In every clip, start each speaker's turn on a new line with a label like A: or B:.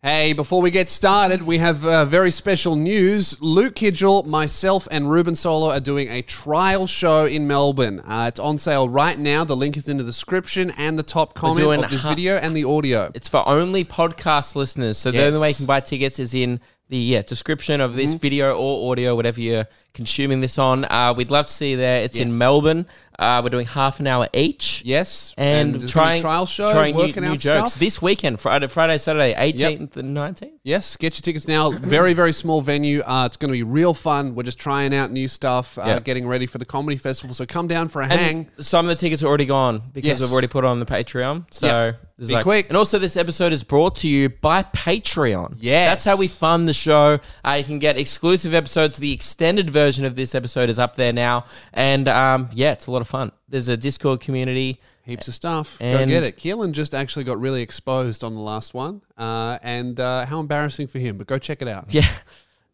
A: Hey, before we get started, we have uh, very special news. Luke Kidgel, myself, and Ruben Solo are doing a trial show in Melbourne. Uh, it's on sale right now. The link is in the description and the top comment
B: doing
A: of this
B: hu-
A: video and the audio.
B: It's for only podcast listeners. So the only way you
A: Yes. Mm-hmm.
B: can buy tickets is in the yeah, description of this video or audio, whatever you're consuming this on. Uh, we'd love to see you there. It's
A: Yes.
B: in Melbourne. Uh, we're doing half an hour each.
A: Yes,
B: And,
A: there's gonna be
B: trying
A: a trial show,
B: trying new,
A: working
B: new
A: out
B: jokes
A: stuff.
B: this weekend, Friday, Friday, Saturday, 18th and 19th.
A: Yes, get your tickets now. Very, very small venue. Uh, it's going to be real fun. We're just trying out new stuff, uh,
B: Yeah.
A: getting ready for the comedy festival. So come down for a
B: And
A: hang.
B: Some of the tickets are already gone because
A: Yes.
B: we've already put it on the Patreon. So
A: Yeah.
B: there's
A: Be
B: like,
A: quick.
B: And also, this episode is brought to you by Patreon.
A: Yes.
B: that's how we fund the show. Uh, you can get exclusive episodes. The extended version of this episode is up there now, and um, yeah, it's a lot of fun. There's a Discord community.
A: Heaps of stuff. Go
B: And-
A: get it. Keelan just actually got really exposed on the last one. Uh, and uh, how embarrassing for him, but go check it out.
B: Yeah.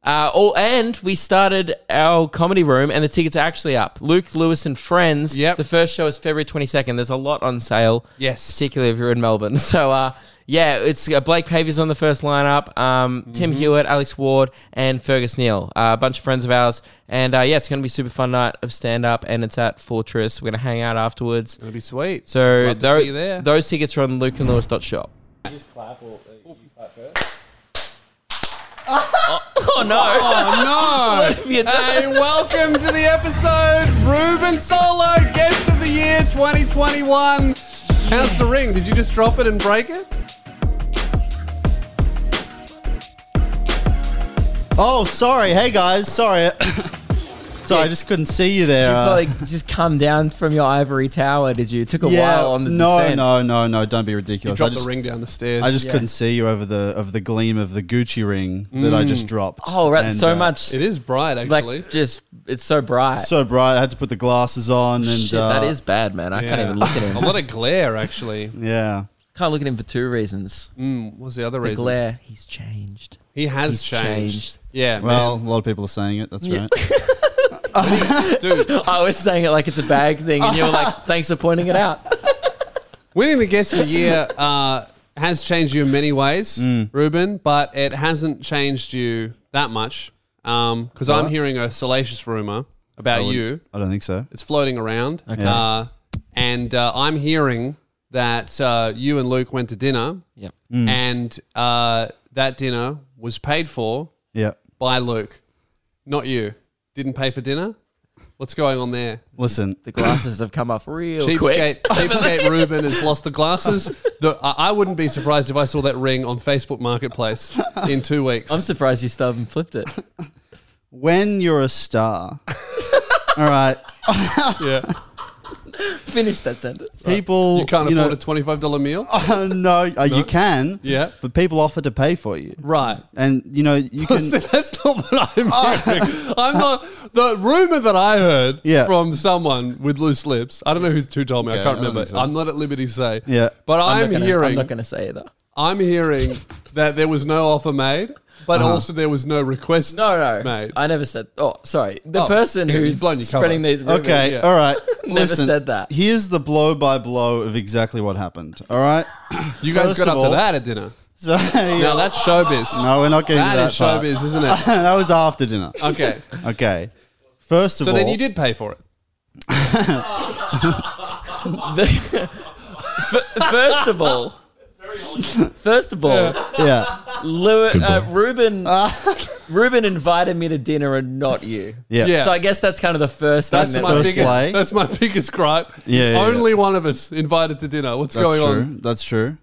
B: Uh, oh, and we started our comedy room, and the tickets are actually up. Luke Lewis and Friends.
A: Yep.
B: The first show is February 22nd. There's a lot on sale.
A: Yes.
B: particularly if you're in Melbourne. So, uh, yeah, it's uh, Blake Pavey's on the first lineup, um, Tim
A: Mm-hmm.
B: Hewitt, Alex Ward, and Fergus Neal, uh, a bunch of friends of ours. And uh, yeah, it's going to be a super fun night of stand up, and it's at Fortress. We're going to hang out afterwards.
A: It'll be sweet.
B: So,
A: Love to
B: tho-
A: see you there.
B: those tickets are on lukeandlewis.shop. Oh no!
A: oh, no.
C: Uh,
A: hey, welcome to the episode. Ruben Solo, guest of the year 2021. How's the ring? Did you just drop it and break it?
C: Oh, sorry. Hey, guys. Sorry. sorry, I just couldn't see you there. uh,
D: like just come down from your ivory tower, did you? Took a
C: yeah.
D: while on the
C: no,
D: descent.
C: no, no, no. Don't be ridiculous. I
A: Drop
C: just,
A: the ring down the stairs.
C: I just
D: Yeah.
C: couldn't see you over the over the gleam of the Gucci ring that I just dropped.
D: Oh, right.
C: And,
D: so
C: uh,
D: much.
A: it is bright, actually.
D: Like, just, it's so bright.
C: So bright. I had to put the glasses on, and
D: Shit,
C: uh,
D: that is bad, man. I can't
A: Yeah.
D: even look at
A: a
D: him.
A: lot of glare, actually.
C: yeah.
D: can't look at him for two reasons.
A: Mm, what's the other
D: The
A: reason?
D: glare, he's changed.
A: He has
D: He's
A: changed.
D: changed.
A: Yeah,
C: Well, a lot of people are saying it. That's
D: Yeah.
C: right.
A: man, dude.
D: I was saying it like it's a bag thing, and you were like, thanks for pointing it out.
A: Winning the guest of the year uh, has changed you in many ways, Ruben, but it hasn't changed you that much. Because I'm
C: What?
A: hearing a salacious rumor about you.
C: I don't think so.
A: It's floating around. Uh, and uh, I'm hearing that uh, you and Luke went to dinner,
D: Yep.
A: and uh, that dinner was paid for
C: Yeah.
A: by Luke, not you. Didn't pay for dinner. What's going on there?
C: Listen.
D: The glasses have come off real quick.
A: Cheapskate, cheapskate Ruben has lost the glasses. The, I, I wouldn't be surprised if I saw that ring on Facebook Marketplace in two weeks.
D: I'm surprised you still haven't flipped it.
C: When you're a star. all right.
A: yeah.
D: Finish that sentence.
C: People.
A: You can't
C: you
A: afford
C: know,
A: a twenty-five dollar meal,
C: no, uh, you can.
A: Yeah.
C: But people offer to pay for you,
A: right?
C: and you know you can.
A: So that's not what I'm hearing. I'm not the rumor that I heard
C: Oh. Yeah.
A: from someone with loose lips. I don't know who's who told me. I
C: Okay,
A: can't
C: I don't
A: remember.
C: think so.
A: I'm not at liberty to say.
C: Yeah.
A: but
D: I'm,
A: I'm,
D: not gonna,
A: hearing.
D: I'm not going to say either.
A: I'm hearing that there was no offer made, but
C: Uh-huh.
A: also there was no request.
D: No, no.
A: made.
D: I never said. Oh, sorry. The
A: Oh,
D: person
A: yeah,
D: who's
A: you've blown your cover.
D: spreading these rumors.
C: Okay,
A: Yeah.
C: all right.
D: Never said that.
C: Here's the blow by blow of exactly what happened. All right.
A: you guys
C: First
A: got
C: of
A: up to
C: all-
A: that at dinner.
C: So
A: Now that's showbiz.
C: no, we're not getting to
A: that
C: that
A: is
C: part.
A: showbiz, isn't it?
C: that was after dinner.
A: Okay.
C: Okay. First of
A: So
C: all,
A: then you did pay for it.
D: The- F- first of all, first of all,
C: yeah,
D: Lew- uh, Ruben,
C: Ah.
D: Ruben invited me to dinner and not you.
A: Yeah.
C: yeah, yeah.
D: So I guess that's kind of the first
C: That's
D: thing.
C: my
D: That
C: first
A: biggest,
C: play.
A: That's my biggest gripe.
C: Yeah, yeah,
A: Only one of us invited to dinner. What's
C: That's
A: going
C: true.
A: on?
C: That's true.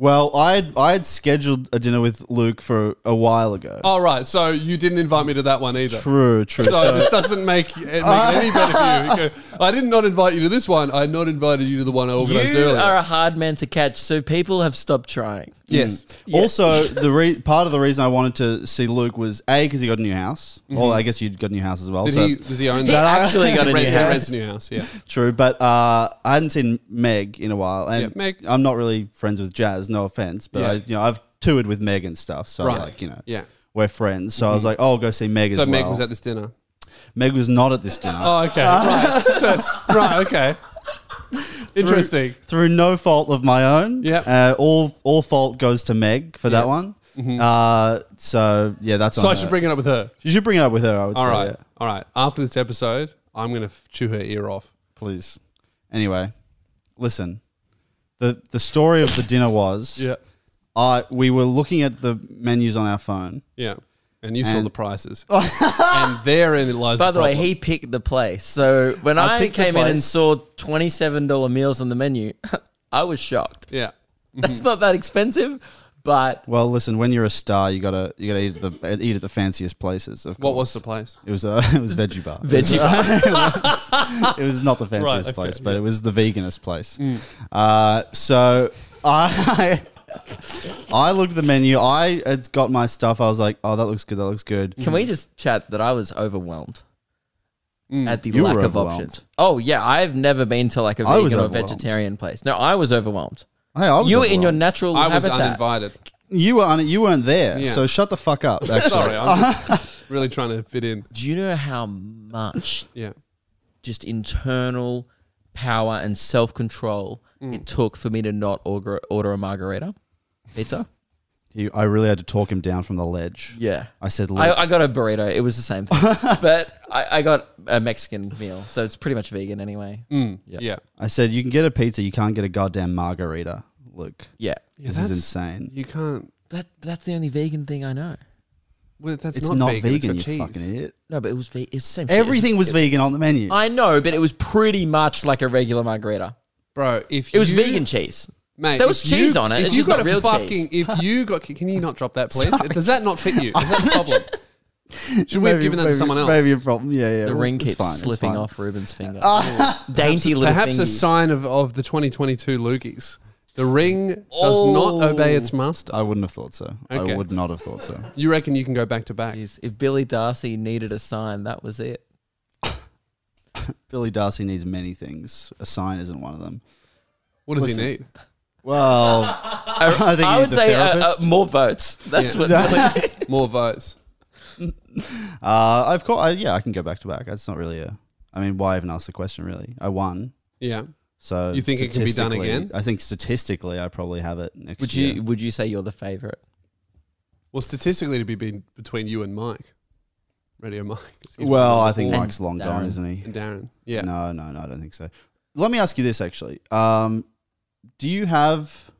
C: Well, I had I had scheduled a dinner with Luke for a while ago.
A: All right. So you didn't invite me to that one either.
C: True, true.
A: Oh. So,
C: So,
A: this doesn't make, it make it any better for you. You go, I did not invite you to this one. I not invited you to the one I organised
D: you
A: earlier.
D: are a hard man to catch, so people have stopped trying.
A: yes.
C: Mm. also the re- part of the reason I wanted to see Luke was a because he got a new house. Well, I guess you'd got a new house as well.
A: Mm-hmm. Did
C: so
A: he? Does he own
D: He
A: that?
D: actually got a
A: Rent-
D: new
A: he
D: house.
A: rents a new house. Yeah.
C: True, but uh, I hadn't seen Meg in a while, and
A: Yeah, Meg.
C: I'm not really friends with Jazz. No offense, but
A: Yeah.
C: I, you know I've toured with Meg and stuff, so
A: Right.
C: like you know,
A: Yeah. Mm-hmm.
C: we're friends. So I was like, oh, I'll go see Meg
A: So
C: as well.
A: Meg was at this dinner.
C: Meg was not at this dinner
A: Oh, okay. Right. That's- right. Okay. Interesting.
C: through no fault of my own.
A: Yep.
C: uh, all all fault goes to Meg for
A: Yeah. Mm-hmm.
C: that one. Uh, so yeah, that's
A: So
C: on
A: I
C: her.
A: should bring it up with her.
C: You should bring it up with her. I would
A: All
C: say,
A: right,
C: yeah.
A: all right. After this episode, I'm gonna f- chew her ear off.
C: please. Anyway, listen. the The story of the dinner was,
A: Yeah,
C: I we were looking at the menus on our phone.
A: yeah. And you saw
C: And-
A: the prices, and therein lies.
D: By the way,
A: problem.
D: he picked the place. So when
C: I
D: I,
C: picked the
D: came in and
C: place.
D: saw twenty-seven dollar meals on the menu, I was shocked.
A: yeah.
D: That's not that expensive, but
C: Well, listen. When you're a star, you gotta you gotta eat at the eat at the fanciest places. Of
A: What
C: course.
A: was the place?
C: It was a it was veggie bar.
D: veggie.
C: it was not the fanciest
A: okay,
C: place, but it was the veganest place. Uh, so I I looked at the menu. I had got my stuff. I was like, oh, that looks good. That looks good.
D: Can we just chat that I was overwhelmed
A: Mm.
D: at the
C: You
D: lack
C: were
D: of
C: overwhelmed.
D: options? Oh yeah, I've never been to like a
C: I was
D: vegan or
C: overwhelmed.
D: vegetarian place. No, I was overwhelmed.
C: Hey, I was
D: you were in your
C: overwhelmed.
D: natural
A: I was
D: habitat.
A: uninvited.
C: you were on it. You weren't there.
A: Yeah.
C: So shut the fuck up. Actually.
A: Sorry, I'm just really trying to fit in.
D: Do you know how much
A: Yeah.
D: just internal power and self control
C: Mm.
D: it took for me to not order, order a margarita pizza?
C: He, I really had to talk him down from the ledge.
D: Yeah.
C: I said,
D: I,
C: look,
D: I got a burrito. It was the same thing. but I, I got a Mexican meal. So it's pretty much vegan anyway.
C: Mm.
A: Yeah.
D: Yeah.
C: I said, you can get a pizza. You can't get a goddamn margarita. Luke,
D: Yeah.
C: this
A: that's-
C: is insane.
A: You can't.
D: That That's the only vegan thing I know.
A: Well, that's
C: It's
A: not,
C: not,
A: vegan.
C: vegan,
A: it's got
C: you
A: cheese.
C: fucking idiot.
D: No, but it was ve- it's the same shit, isn't
C: Everything
D: it?
C: was vegan on the menu.
D: I know, but it was pretty much like a regular margarita.
A: Bro, if
D: It was
A: you,
D: vegan cheese.
A: Mate,
D: There was
A: if
D: cheese
A: you-
D: on it,
A: If
D: it's
A: you
D: just
A: got
D: not
A: a
D: real
A: fucking, if you got, can you not drop that, please? Does that not fit you? Is that the problem? Should we have
C: Maybe-
A: given that to
C: maybe-
A: someone else?
C: Maybe a problem. Yeah, yeah.
D: The
C: well,
D: ring
C: it's
D: keeps
C: fine, it's
D: slipping
C: fine.
D: off Ruben's finger. Dainty little
A: Perhaps a
D: fingies.
A: sign of, of the 2022 Loogies. The ring does not obey its master.
C: I wouldn't have thought so.
A: Okay.
C: I would not have thought so.
A: You reckon you can go back to back?
D: Jeez, If Billy Darcy needed a sign, that was it.
C: Billy Darcy needs many things. A sign isn't one of them.
A: What does
C: Listen.
A: he need?
C: Well, I think he
D: I would
C: needs a
D: say uh, uh,
C: therapist.
D: more votes. That's
A: Yeah.
D: what. Billy-
A: More votes.
C: Uh, I've caught. I, yeah, I can go back to back. That's not really a. I mean, why even ask the question? Really, I won.
A: Yeah.
C: So
A: You think it can be done
C: statistically-
A: again?
C: I think statistically, I probably have it next
D: would
C: year.
D: you Would you say you're the favorite?
A: Well, statistically, it'd be been between you and Mike. Radio Mike. 'cause he's
C: well, I think
D: And
C: Mike's long gone,
D: Darren.
C: isn't he?
A: And Darren. Yeah.
C: No, no, no. I don't think so. Let me ask you this actually. Um, do you have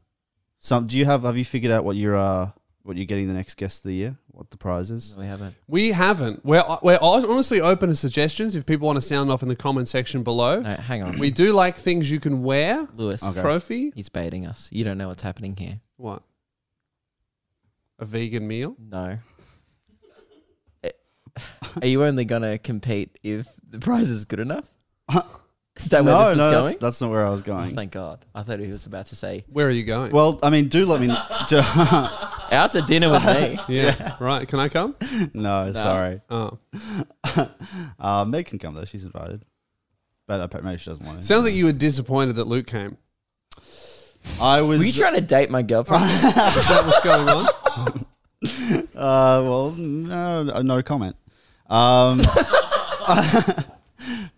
C: some? Do you have? Have you figured out what you're uh, what you're getting the next guest of the year? What the prize is?
D: We haven't.
A: We haven't. We're, we're honestly open to suggestions if people want to sound off in the comment section below.
D: No, hang on.
A: We do like things you can wear.
D: Lewis,
C: Okay.
A: Trophy.
D: he's baiting us. You don't know what's happening here.
A: What? A vegan meal?
D: No. Eh, Are you only gonna compete if the prize is good enough? Is that where
C: no,
D: this is
C: no, that's,
D: going?
C: that's not where I was
D: Oh,
C: going.
D: thank God. I thought he was about to say
A: Where are you going?
C: Well, I mean, do let me. Do,
D: out to dinner with me.
A: yeah. Right. Can I come?
C: no, sorry.
A: Oh.
C: Uh, Meg can come though; she's invited, but appa- maybe she doesn't want to.
A: Sounds like you were disappointed that Luke came.
C: I was.
D: Were you trying to date my girlfriend?
A: Is that what's going on?
C: uh, well, no, no comment. Um,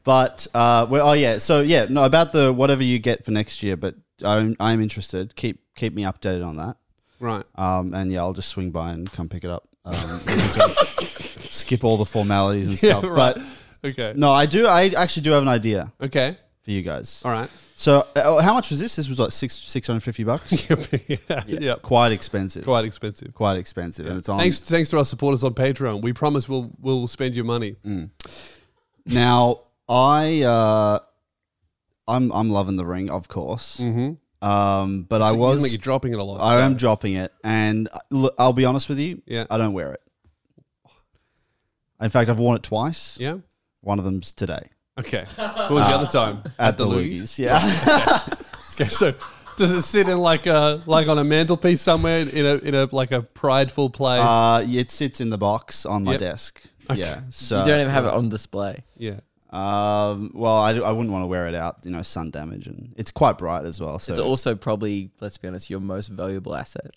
C: but uh, well, oh yeah, so yeah, no about the whatever you get for next year. But I'm I'm interested. Keep keep me updated on that.
A: Right.
C: Um, and yeah, I'll just swing by and come pick it up. Um, and sort of skip all the formalities and stuff.
A: right.
C: But
A: Okay.
C: no, I do. I actually do have an idea
A: Okay.
C: for you guys.
A: All right.
C: So, uh, how much was this? This was like six six hundred fifty bucks.
A: yeah. yeah.
C: Quite expensive.
A: Quite expensive.
C: Quite expensive, and it's on
A: Thanks, thanks to our supporters on Patreon. We promise we'll we'll spend your money.
C: Mm. now. I uh, I'm I'm loving the ring, of course. Um, but I
A: It isn't like
C: was
A: you're dropping it a lot.
C: I am dropping it, and uh, look, I'll be honest with you.
A: Yeah.
C: I don't wear it. In fact, I've worn it twice.
A: yeah.
C: One of them's today
A: Okay. What was the other time?
C: at, the, Loogies. Yeah,
A: Okay. So does it sit in like a like on a mantelpiece somewhere in a in a like a prideful place?
C: uh, it sits in the box on my
A: Yep.
C: desk. Yeah, so
D: you don't even have it on display.
A: yeah.
C: Um, well, I, I wouldn't want to wear it out, you know, sun damage, and it's quite bright as well. So
D: It's also probably, let's be honest, your most valuable asset.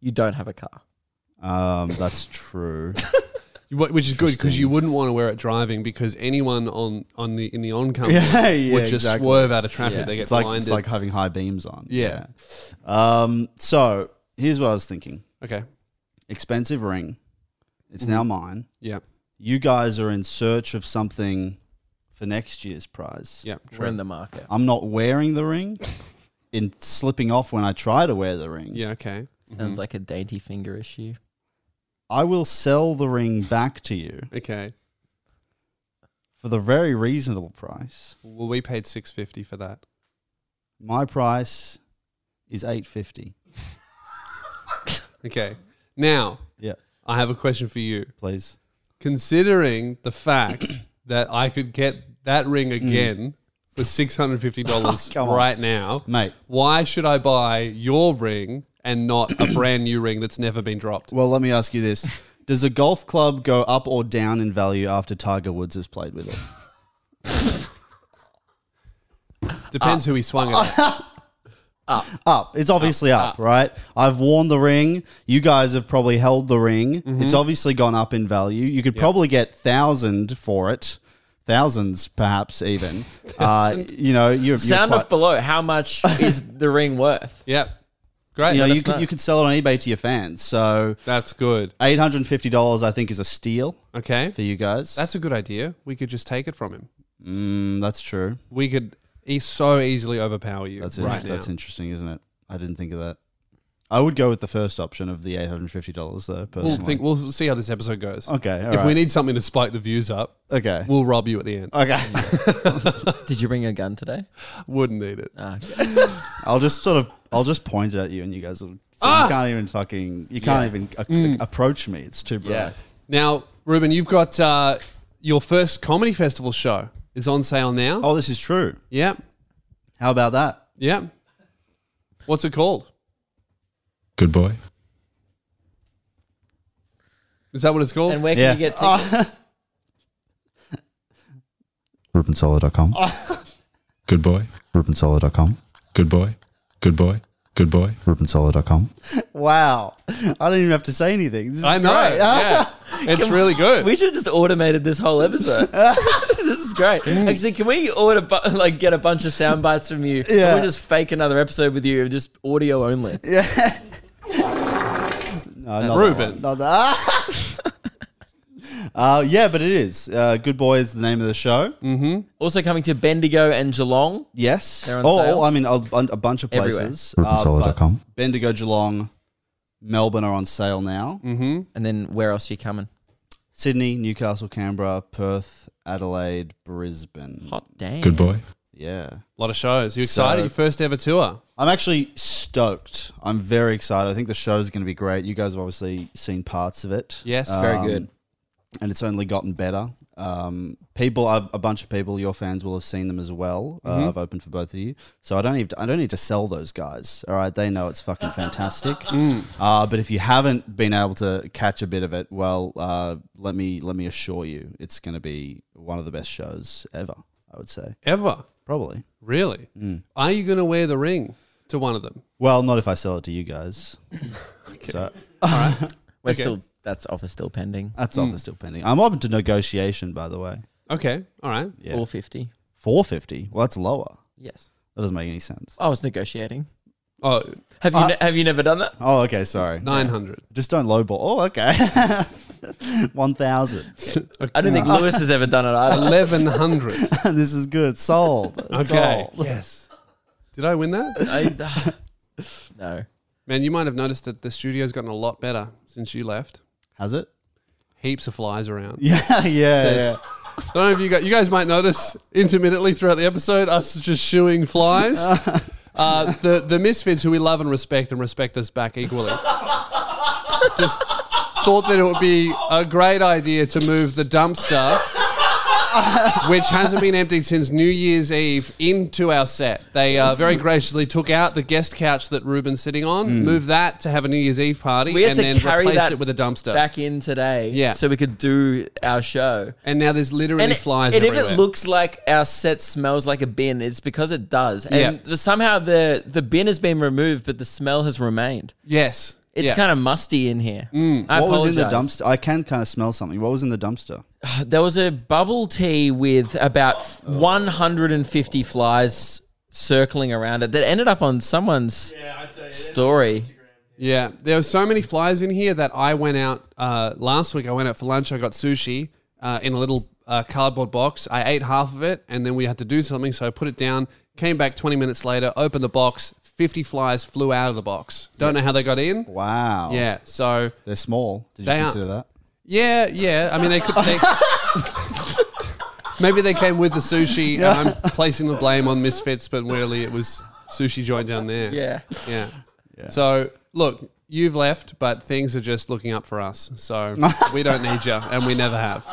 D: You don't have a car.
C: um, that's true.
A: You- wh- Which is good because
C: Interesting.
A: you wouldn't want to wear it driving because anyone on on the in the on company
C: Yeah, yeah,
A: would just
C: exactly.
A: swerve out of traffic. They get
C: it's like
A: blinded.
C: it's like having high beams on.
A: Yeah.
C: Yeah. Um, so here's what I was thinking.
A: Okay.
C: Expensive ring. It's now mine.
A: Mm-hmm. Yeah.
C: You guys are in search of something for next year's prize.
A: Yeah.
D: We're
A: True.
D: in the market.
C: I'm not wearing the ring. in slipping off when I try to wear the ring.
A: Yeah. Okay.
C: Mm-hmm.
D: Sounds like a dainty finger issue.
C: I will sell the ring back to you
A: Okay.
C: for the very reasonable price.
A: Well, we paid six fifty for that.
C: My price is 850.
A: Okay. Now
C: Yeah,
A: I have a question for you.
C: please.
A: Considering the fact that I could get that ring again for six hundred fifty dollars
C: Mm. Oh, Come on.
A: right now,
C: Mate.
A: why should I buy your ring and not a brand new ring that's never been dropped?
C: Well, let me ask you this. Does a golf club go up or down in value after Tiger Woods has played with it? Uh,
A: Depends who he swung it. at.
C: Up. It's obviously up, right? I've worn the ring. You guys have probably held the ring. It's obviously gone up in value. You could probably get thousand for it. Thousands, perhaps even. uh, you know, you're, you're
D: Sound
C: quite-
D: off below. How much is the ring worth?
A: Yep. Great.
C: you know,
A: Let
C: you
A: us
C: could, you could sell it on eBay to your fans. So
A: That's good.
C: eight hundred and fifty dollars, I think, is a steal
A: Okay.
C: for you guys.
A: That's a good idea. We could just take it from him.
C: mm, that's true.
A: We could e- so easily overpower you
C: That's in-
A: right now.
C: that's interesting, isn't it? I didn't think of that. I would go with the first option of the eight hundred and fifty dollars, though.
A: we'll
C: Personally,
A: think. We'll see how this episode goes.
C: okay, all
A: if we
C: right.
A: need something to spike the views up,
C: okay,
A: we'll rob you at the end.
C: okay.
D: Did you bring a gun today?
A: Wouldn't need it.
D: Ah, okay.
C: I'll just sort of, I'll just point it at you, and you guys will. So
A: Ah!
C: You can't even fucking, you can't even a-
A: Mm.
C: approach me. It's too bright.
D: Yeah.
A: Now, Ruben, you've got uh, your first comedy festival show. is on sale now.
C: Oh, this is true.
A: Yep.
C: How about that?
A: Yep. What's it called?
E: Good boy.
A: Is that what it's called?
D: and where can
C: Yeah.
D: you get tickets?
C: RubenSolo.com.
E: Good boy.
C: RubenSolo.com.
E: Good boy. Good boy. Good boy.
C: RubenSolo.com. Wow, I don't even have to say anything. This is
A: I know.
C: great.
A: Yeah. It's really good.
D: We should have just automated this whole episode. this is great. Actually, can we order bu- like get a bunch of sound bites from you?
C: Yeah.
D: And we'll just fake another episode with you, just audio only.
C: No, not that
A: Ruben.
C: one. Not that. uh, yeah, but it is. Uh, Good Boy is the name of the show.
D: Also coming to Bendigo and Geelong.
C: Yes.
D: They're on
C: oh,
D: sale?
C: I mean, a, a a bunch of
D: Everywhere.
C: places. RubenSolo.com. Bendigo, Geelong, Melbourne are on sale now.
D: Mm. And then where else are you coming?
C: Sydney, Newcastle, Canberra, Perth, Adelaide, Brisbane.
D: Hot damn.
E: Good boy.
C: Yeah.
A: A lot of shows. You excited?
C: So-
A: Your first ever tour.
C: I'm actually stoked. I'm very excited. I think the show's going to be great. You guys have obviously seen parts of it.
A: Yes.
D: Very
C: Um,
D: good.
C: and it's only gotten better. Um, people, a, a bunch of people, your fans will have seen them as well. Uh, I've opened for both of you, so I don't need, to, I don't need to sell those guys. All right, they know it's fucking fantastic. Uh, but if you haven't been able to catch a bit of it, well, uh, let me let me assure you, it's going to be one of the best shows ever. I would say
A: Ever.
C: probably.
A: Really?
C: Mm.
A: Are you going to wear the ring to one of them?
C: Well, not if I sell it to you guys. So
D: We're still that's offer still pending.
C: that's offer still pending. I'm open to negotiation, by the way.
A: Okay. All right.
C: Yeah.
D: Four fifty.
C: Four fifty. Well, that's lower.
D: Yes.
C: That doesn't make any sense.
D: I was negotiating.
A: Oh,
D: Have you ne- have you never done that?
C: Oh, okay. Sorry.
A: 900.
C: Just don't lowball. Oh, okay. 1,000.
D: I don't think Lewis has ever done it either.
A: 1100.
C: this is good. Sold.
A: Okay.
C: Sold.
A: yes. Did I win that?
D: I, uh, no.
A: Man, you might have noticed that the studio's gotten a lot better since you left.
C: Has it?
A: Heaps of flies around.
C: Yeah, yeah, yeah.
A: There's- I don't know if you got. You guys might notice intermittently throughout the episode us just shooing flies. Uh, the the misfits who we love and respect and respect us back equally. Just thought that it would be a great idea to move the dumpster, which hasn't been emptied since New Year's Eve, into our set. They uh, very graciously took out the guest couch that Ruben's sitting on, moved that to have a New Year's Eve party,
D: We had
A: and
D: to
A: then
D: carry
A: replaced
D: that
A: it with a dumpster.
D: Back in today.
A: Yeah.
D: So we could do our show.
A: and now there's literally
D: and it-
A: flies
D: and
A: everywhere.
D: if it looks like our set smells like a bin, it's because it does. And somehow the the bin has been removed, but the smell has remained.
A: yes.
D: It's
A: Yeah. Mm.
D: kind of musty in here. I
C: What was in the
D: apologize.
C: dumpster? I can kind of smell something. What was in the dumpster?
D: There was a bubble tea with about f- 150 flies circling around it that ended up on someone's story.
A: Yeah, there were so many flies in here that I went out uh, last week. I went out for lunch. I got sushi uh, in a little uh, cardboard box. I ate half of it, and then we had to do something, so I put it down. Came back twenty minutes later, opened the box. Fifty flies flew out of the box. Don't know how they got in.
C: Wow.
A: Yeah, so
C: They're small. Did you
A: They are-
C: consider that?
A: yeah, yeah. I mean, they could. They, maybe they came with the sushi, and I'm placing the blame on Misfits, but really it was sushi joint down there.
D: Yeah.
A: Yeah. So look, you've left, but things are just looking up for us. So we don't need you, and we never have.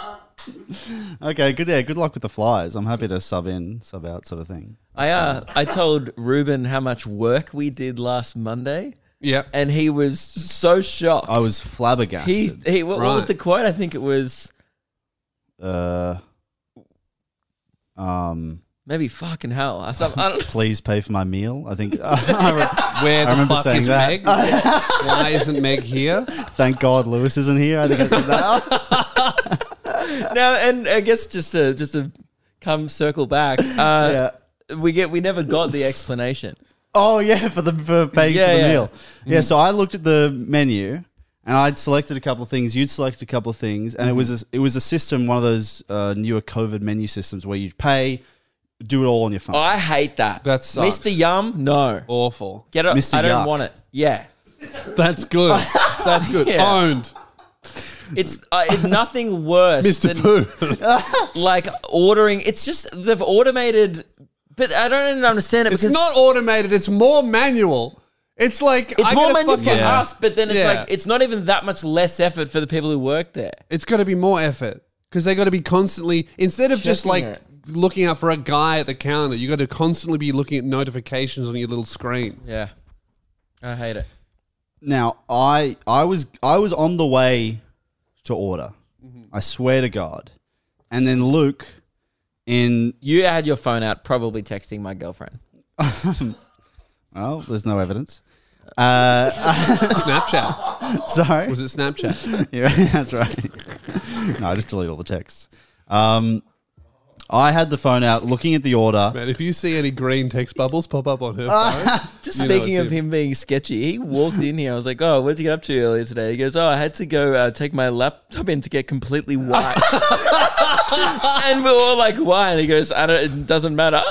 C: Okay, good. Yeah, good luck with the flies. I'm happy to sub in, sub out, sort of thing.
D: I uh, I told Ruben how much work we did last Monday,
A: Yep.
D: and he was so shocked.
C: I was flabbergasted.
D: He, he what, what was
A: Right.
D: the quote? I think it was
C: uh, um,
D: maybe fucking hell. Or something. I don't
C: please pay for my meal. I think. I
A: Where the
C: remember
A: fuck
C: saying
A: is
C: that.
A: Meg? Why isn't Meg here?
C: re- Thank God Lewis isn't here. I think I said that.
D: no, and I guess just to just to come circle back, uh,
C: yeah.
D: we get we never got the explanation.
C: Oh yeah, for the for paying
D: Yeah,
C: for the
D: yeah. Mm-hmm.
C: meal. Yeah, so I looked at the menu and I'd selected a couple of things. You'd selected a couple of things, and it was a,
D: Mm-hmm.
C: it was a system, one of those uh, newer COVID menu systems where you pay, do it all on your phone.
D: I hate that.
A: That sucks.
D: Mr. Yum. No,
A: Awful.
D: get it.
C: Mr.
D: I don't
C: Yuck.
D: want it. Yeah,
A: That's good. That's good.
D: Yeah.
A: Owned,
D: it's uh, it's nothing worse
A: Mr.
D: than
A: Pooh.
D: like ordering. It's just they've automated, but I don't even understand it
A: It's
D: because
A: not automated. It's more manual. It's like
D: it's
A: I
D: more
A: gotta
D: manual for
A: fucking-
C: Yeah.
D: us. But then it's
A: Yeah.
D: like it's not even that much less effort for the people who work there.
A: It's got to be more effort because they got to be constantly instead of just like
D: Checking
A: looking out for a guy at the counter. You got to constantly be looking at notifications on your little screen.
D: Yeah, I hate it.
C: Now I I was I was on the way to order.
D: Mm-hmm.
C: I swear to God. And then Luke in
D: You had your phone out, probably texting my girlfriend.
C: well, there's no evidence. Uh,
A: Snapchat
C: sorry.
A: was it Snapchat?
C: yeah, that's right. no, I just delete all the texts. Um, I had the phone out looking at the order.
A: Man, if you see any green text bubbles pop up on her phone,
D: Just
A: You know
D: speaking
A: it's
D: of him. being sketchy, he walked in here. I was like, "Oh, where'd you get up to earlier today?" He goes, "Oh, I had to go uh, take my laptop in to get completely white." and we're all like, "Why?" And he goes, "I don't. It doesn't matter."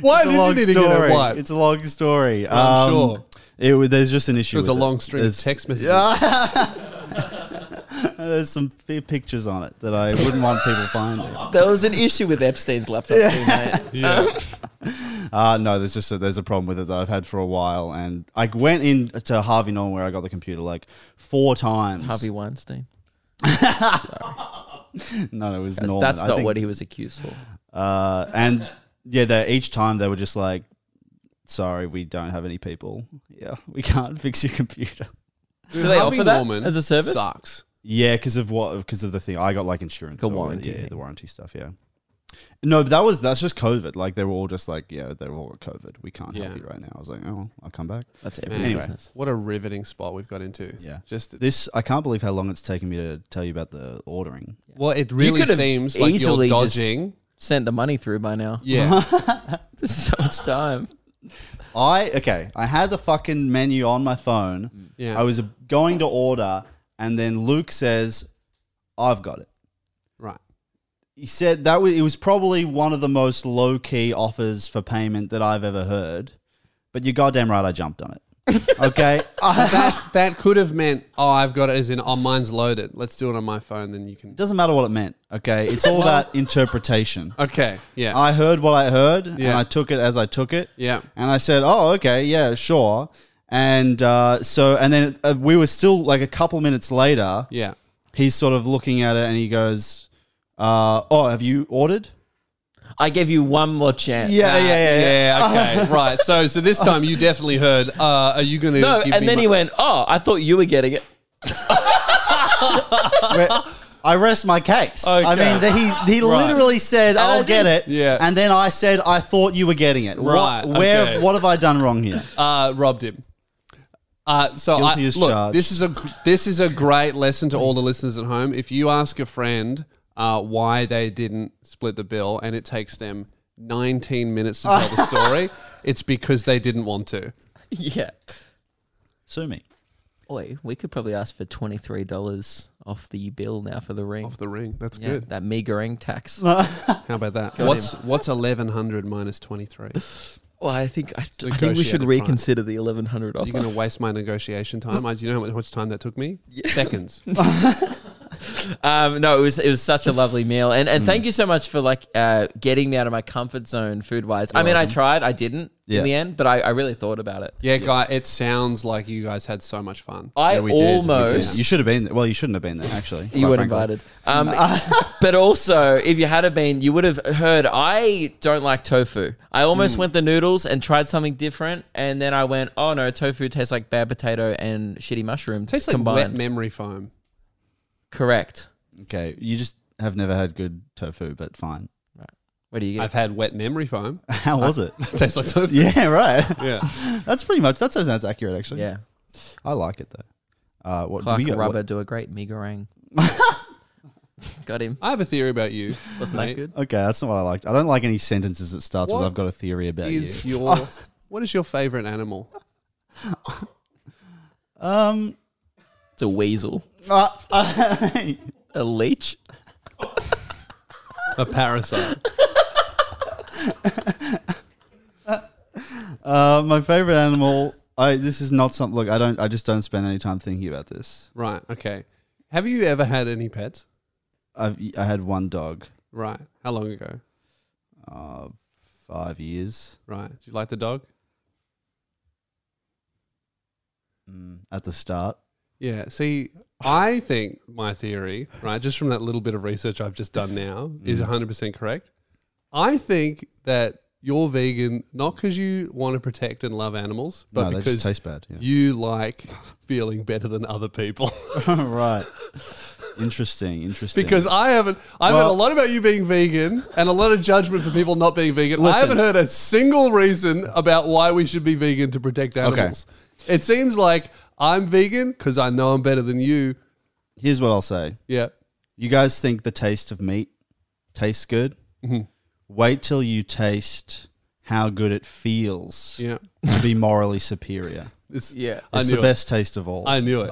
A: why
C: It's
A: did
C: a
A: you
C: long
A: need to get
C: story.
A: it white?
C: It's a long story.
A: I'm
C: Um,
A: sure.
C: It, wa- there's just an issue.
A: It was a
C: with
A: long string of
C: There's-
A: text messages.
C: There's some fi- pictures on it that I wouldn't want people finding.
D: there was an issue with Epstein's laptop, too, mate.
A: Yeah.
C: Uh, no, there's just a, there's a problem with it that I've had for a while, and I went in to Harvey Norman where I got the computer like four times.
D: Harvey Weinstein.
C: no, it was
D: That's,
C: Norman.
D: that's
C: I
D: not
C: think,
D: what he was accused for.
C: Uh, and yeah, they, each time they were just like, "Sorry, we don't have any people. Yeah, we can't fix your computer."
D: Do they offer that as a service?
A: Sucks.
C: Yeah, because of what? Because of the thing, I got like insurance,
D: The
C: over it.
D: warranty
C: yeah,
D: thing.
C: the warranty stuff. Yeah. No, but that was that's just COVID. Like they were all just like, yeah, they were all COVID. We can't
A: Yeah.
C: help you right now. I was like, oh, I'll come back.
D: That's every
A: Anyway.
D: business.
A: What a riveting spot we've got into.
C: Yeah.
A: Just
C: This I can't believe how long it's taken me to tell you about the ordering.
A: well, it really
D: could have
A: seems like you're
D: easily just-
A: dodging.
D: Sent the money through by now.
A: Yeah.
D: This is so much time.
C: I okay. I had the fucking menu on my phone.
D: Mm.
A: Yeah.
C: I was uh, going to order, and then Luke says, "I've got it."
A: right.
C: He said that was, it was probably one of the most low key offers for payment that I've ever heard. But you're goddamn right, I jumped on it. Okay, I,
A: That that could have meant oh I've got it as in oh mine's loaded. Let's do it on my phone. Then you can.
C: it doesn't matter what it meant. Okay, it's all about interpretation.
A: Okay. Yeah.
C: I heard what I heard, and
A: Yeah.
C: I took it as I took it.
A: yeah.
C: And I said, "Oh, okay, yeah, sure." And uh, so, and then uh, we were still like a couple minutes later.
A: Yeah.
C: He's sort of looking at it, and he goes, uh, "Oh, have you ordered?"
D: I gave you one more chance.
C: Yeah, yeah, yeah, yeah.
A: Yeah. Okay. right. So so this time you definitely heard. Uh, are you gonna?
D: No,
A: give
D: and
A: me
D: then
A: my-
D: he went, "Oh, I thought you were getting it."
C: Re- I rest my case. I
A: Okay.
C: mean, the, he he literally said,
D: I
C: "I'll
D: think-
C: get it,"
A: Yeah.
C: and then I said, "I thought you were getting it."
A: Right,
C: What, where?
A: okay.
C: What have I done wrong here?
A: uh, robbed him. Uh, so I,
C: Guilty as
A: look,
C: charged.
A: this is a this is a great lesson to all the listeners at home. If you ask a friend uh, why they didn't split the bill, and it takes them 19 minutes to tell the story, it's because they didn't want to.
D: yeah.
C: Sue me.
D: Oi, we could probably ask for twenty three dollars off the bill now for the ring.
A: Off the ring. That's
D: yeah,
A: good.
D: that meagering tax.
A: How about that?
D: Got
A: what's what's eleven hundred minus twenty three?
D: Well, I think I, I think we
A: negotiated
D: should
A: price.
D: reconsider the eleven hundred
A: You're
D: offer.
A: going to waste my negotiation time. I, do you know how much time that took me? Seconds.
D: Um, no, it was it was such a lovely meal, and and thank you so much for like uh, getting me out of my comfort zone food wise. I mean, I tried, I didn't
C: Yeah.
D: in the end, but I, I really thought about it.
A: Yeah, guy. It sounds like you guys had so much fun.
D: I
C: Yeah, we did, we did.
D: almost
C: You should have been there. Well, you shouldn't have been there, actually.
D: You
C: quite
D: were
C: frankly.
D: invited. Um, but also, if you had have been, you would have heard I don't like tofu. I almost went the noodles and tried something different, and then I went, oh no, tofu tastes like bad potato and shitty mushroom
A: Tastes like wet
D: combined.
A: memory foam.
D: Correct.
C: Okay. You just have never had good tofu, but fine.
D: Where do you get?
A: I've had wet memory foam.
C: How was it?
A: Tastes like tofu.
C: yeah, right.
A: Yeah.
C: That's pretty much, that sounds accurate, actually.
D: yeah,
C: I like it, though. Uh, what,
D: Clark
C: we got-
D: Rubber do a great me goreng. Got him.
A: I have a theory about you.
D: Wasn't
A: mate.
D: that good?
C: what- okay, that's not what I liked. I don't like any sentences that starts
A: What
C: with "I've got a theory about you." Oh.
A: Is your what is your favorite animal?
C: Um,
D: It's a weasel,
C: uh,
D: a leech.
A: A parasite.
C: uh, my favorite animal. I this is not something. Look, I don't. I just don't spend any time thinking about this.
A: Right. Okay. Have you ever had any pets?
C: I've I had one dog.
A: Right. How long ago?
C: Uh, five years
A: Right. Do you like the dog?
C: mm, at the start.
A: Yeah. See, I think my theory, right, just from that little bit of research I've just done now,
C: Mm.
A: is 100% correct. I think that you're vegan not because you want to protect and love animals, but
C: no, they just
A: because
C: taste bad. Yeah.
A: you like feeling better than other people.
C: right. Interesting. Interesting.
A: because I haven't, I've heard
C: Well-
A: a lot about you being vegan and a lot of judgment for people not being vegan. I
C: Listen.
A: haven't heard a single reason about why we should be vegan to protect animals. It seems like I'm vegan because I know I'm better than you.
C: here's what I'll say.
A: Yeah.
C: You guys think the taste of meat tastes good?
A: Mm-hmm.
C: Wait till you taste how good it feels
A: Yeah.
C: to be morally superior.
A: It's,
D: Yeah.
A: I
C: It's
A: knew it.
C: the best Oh, taste of all.
A: I knew it.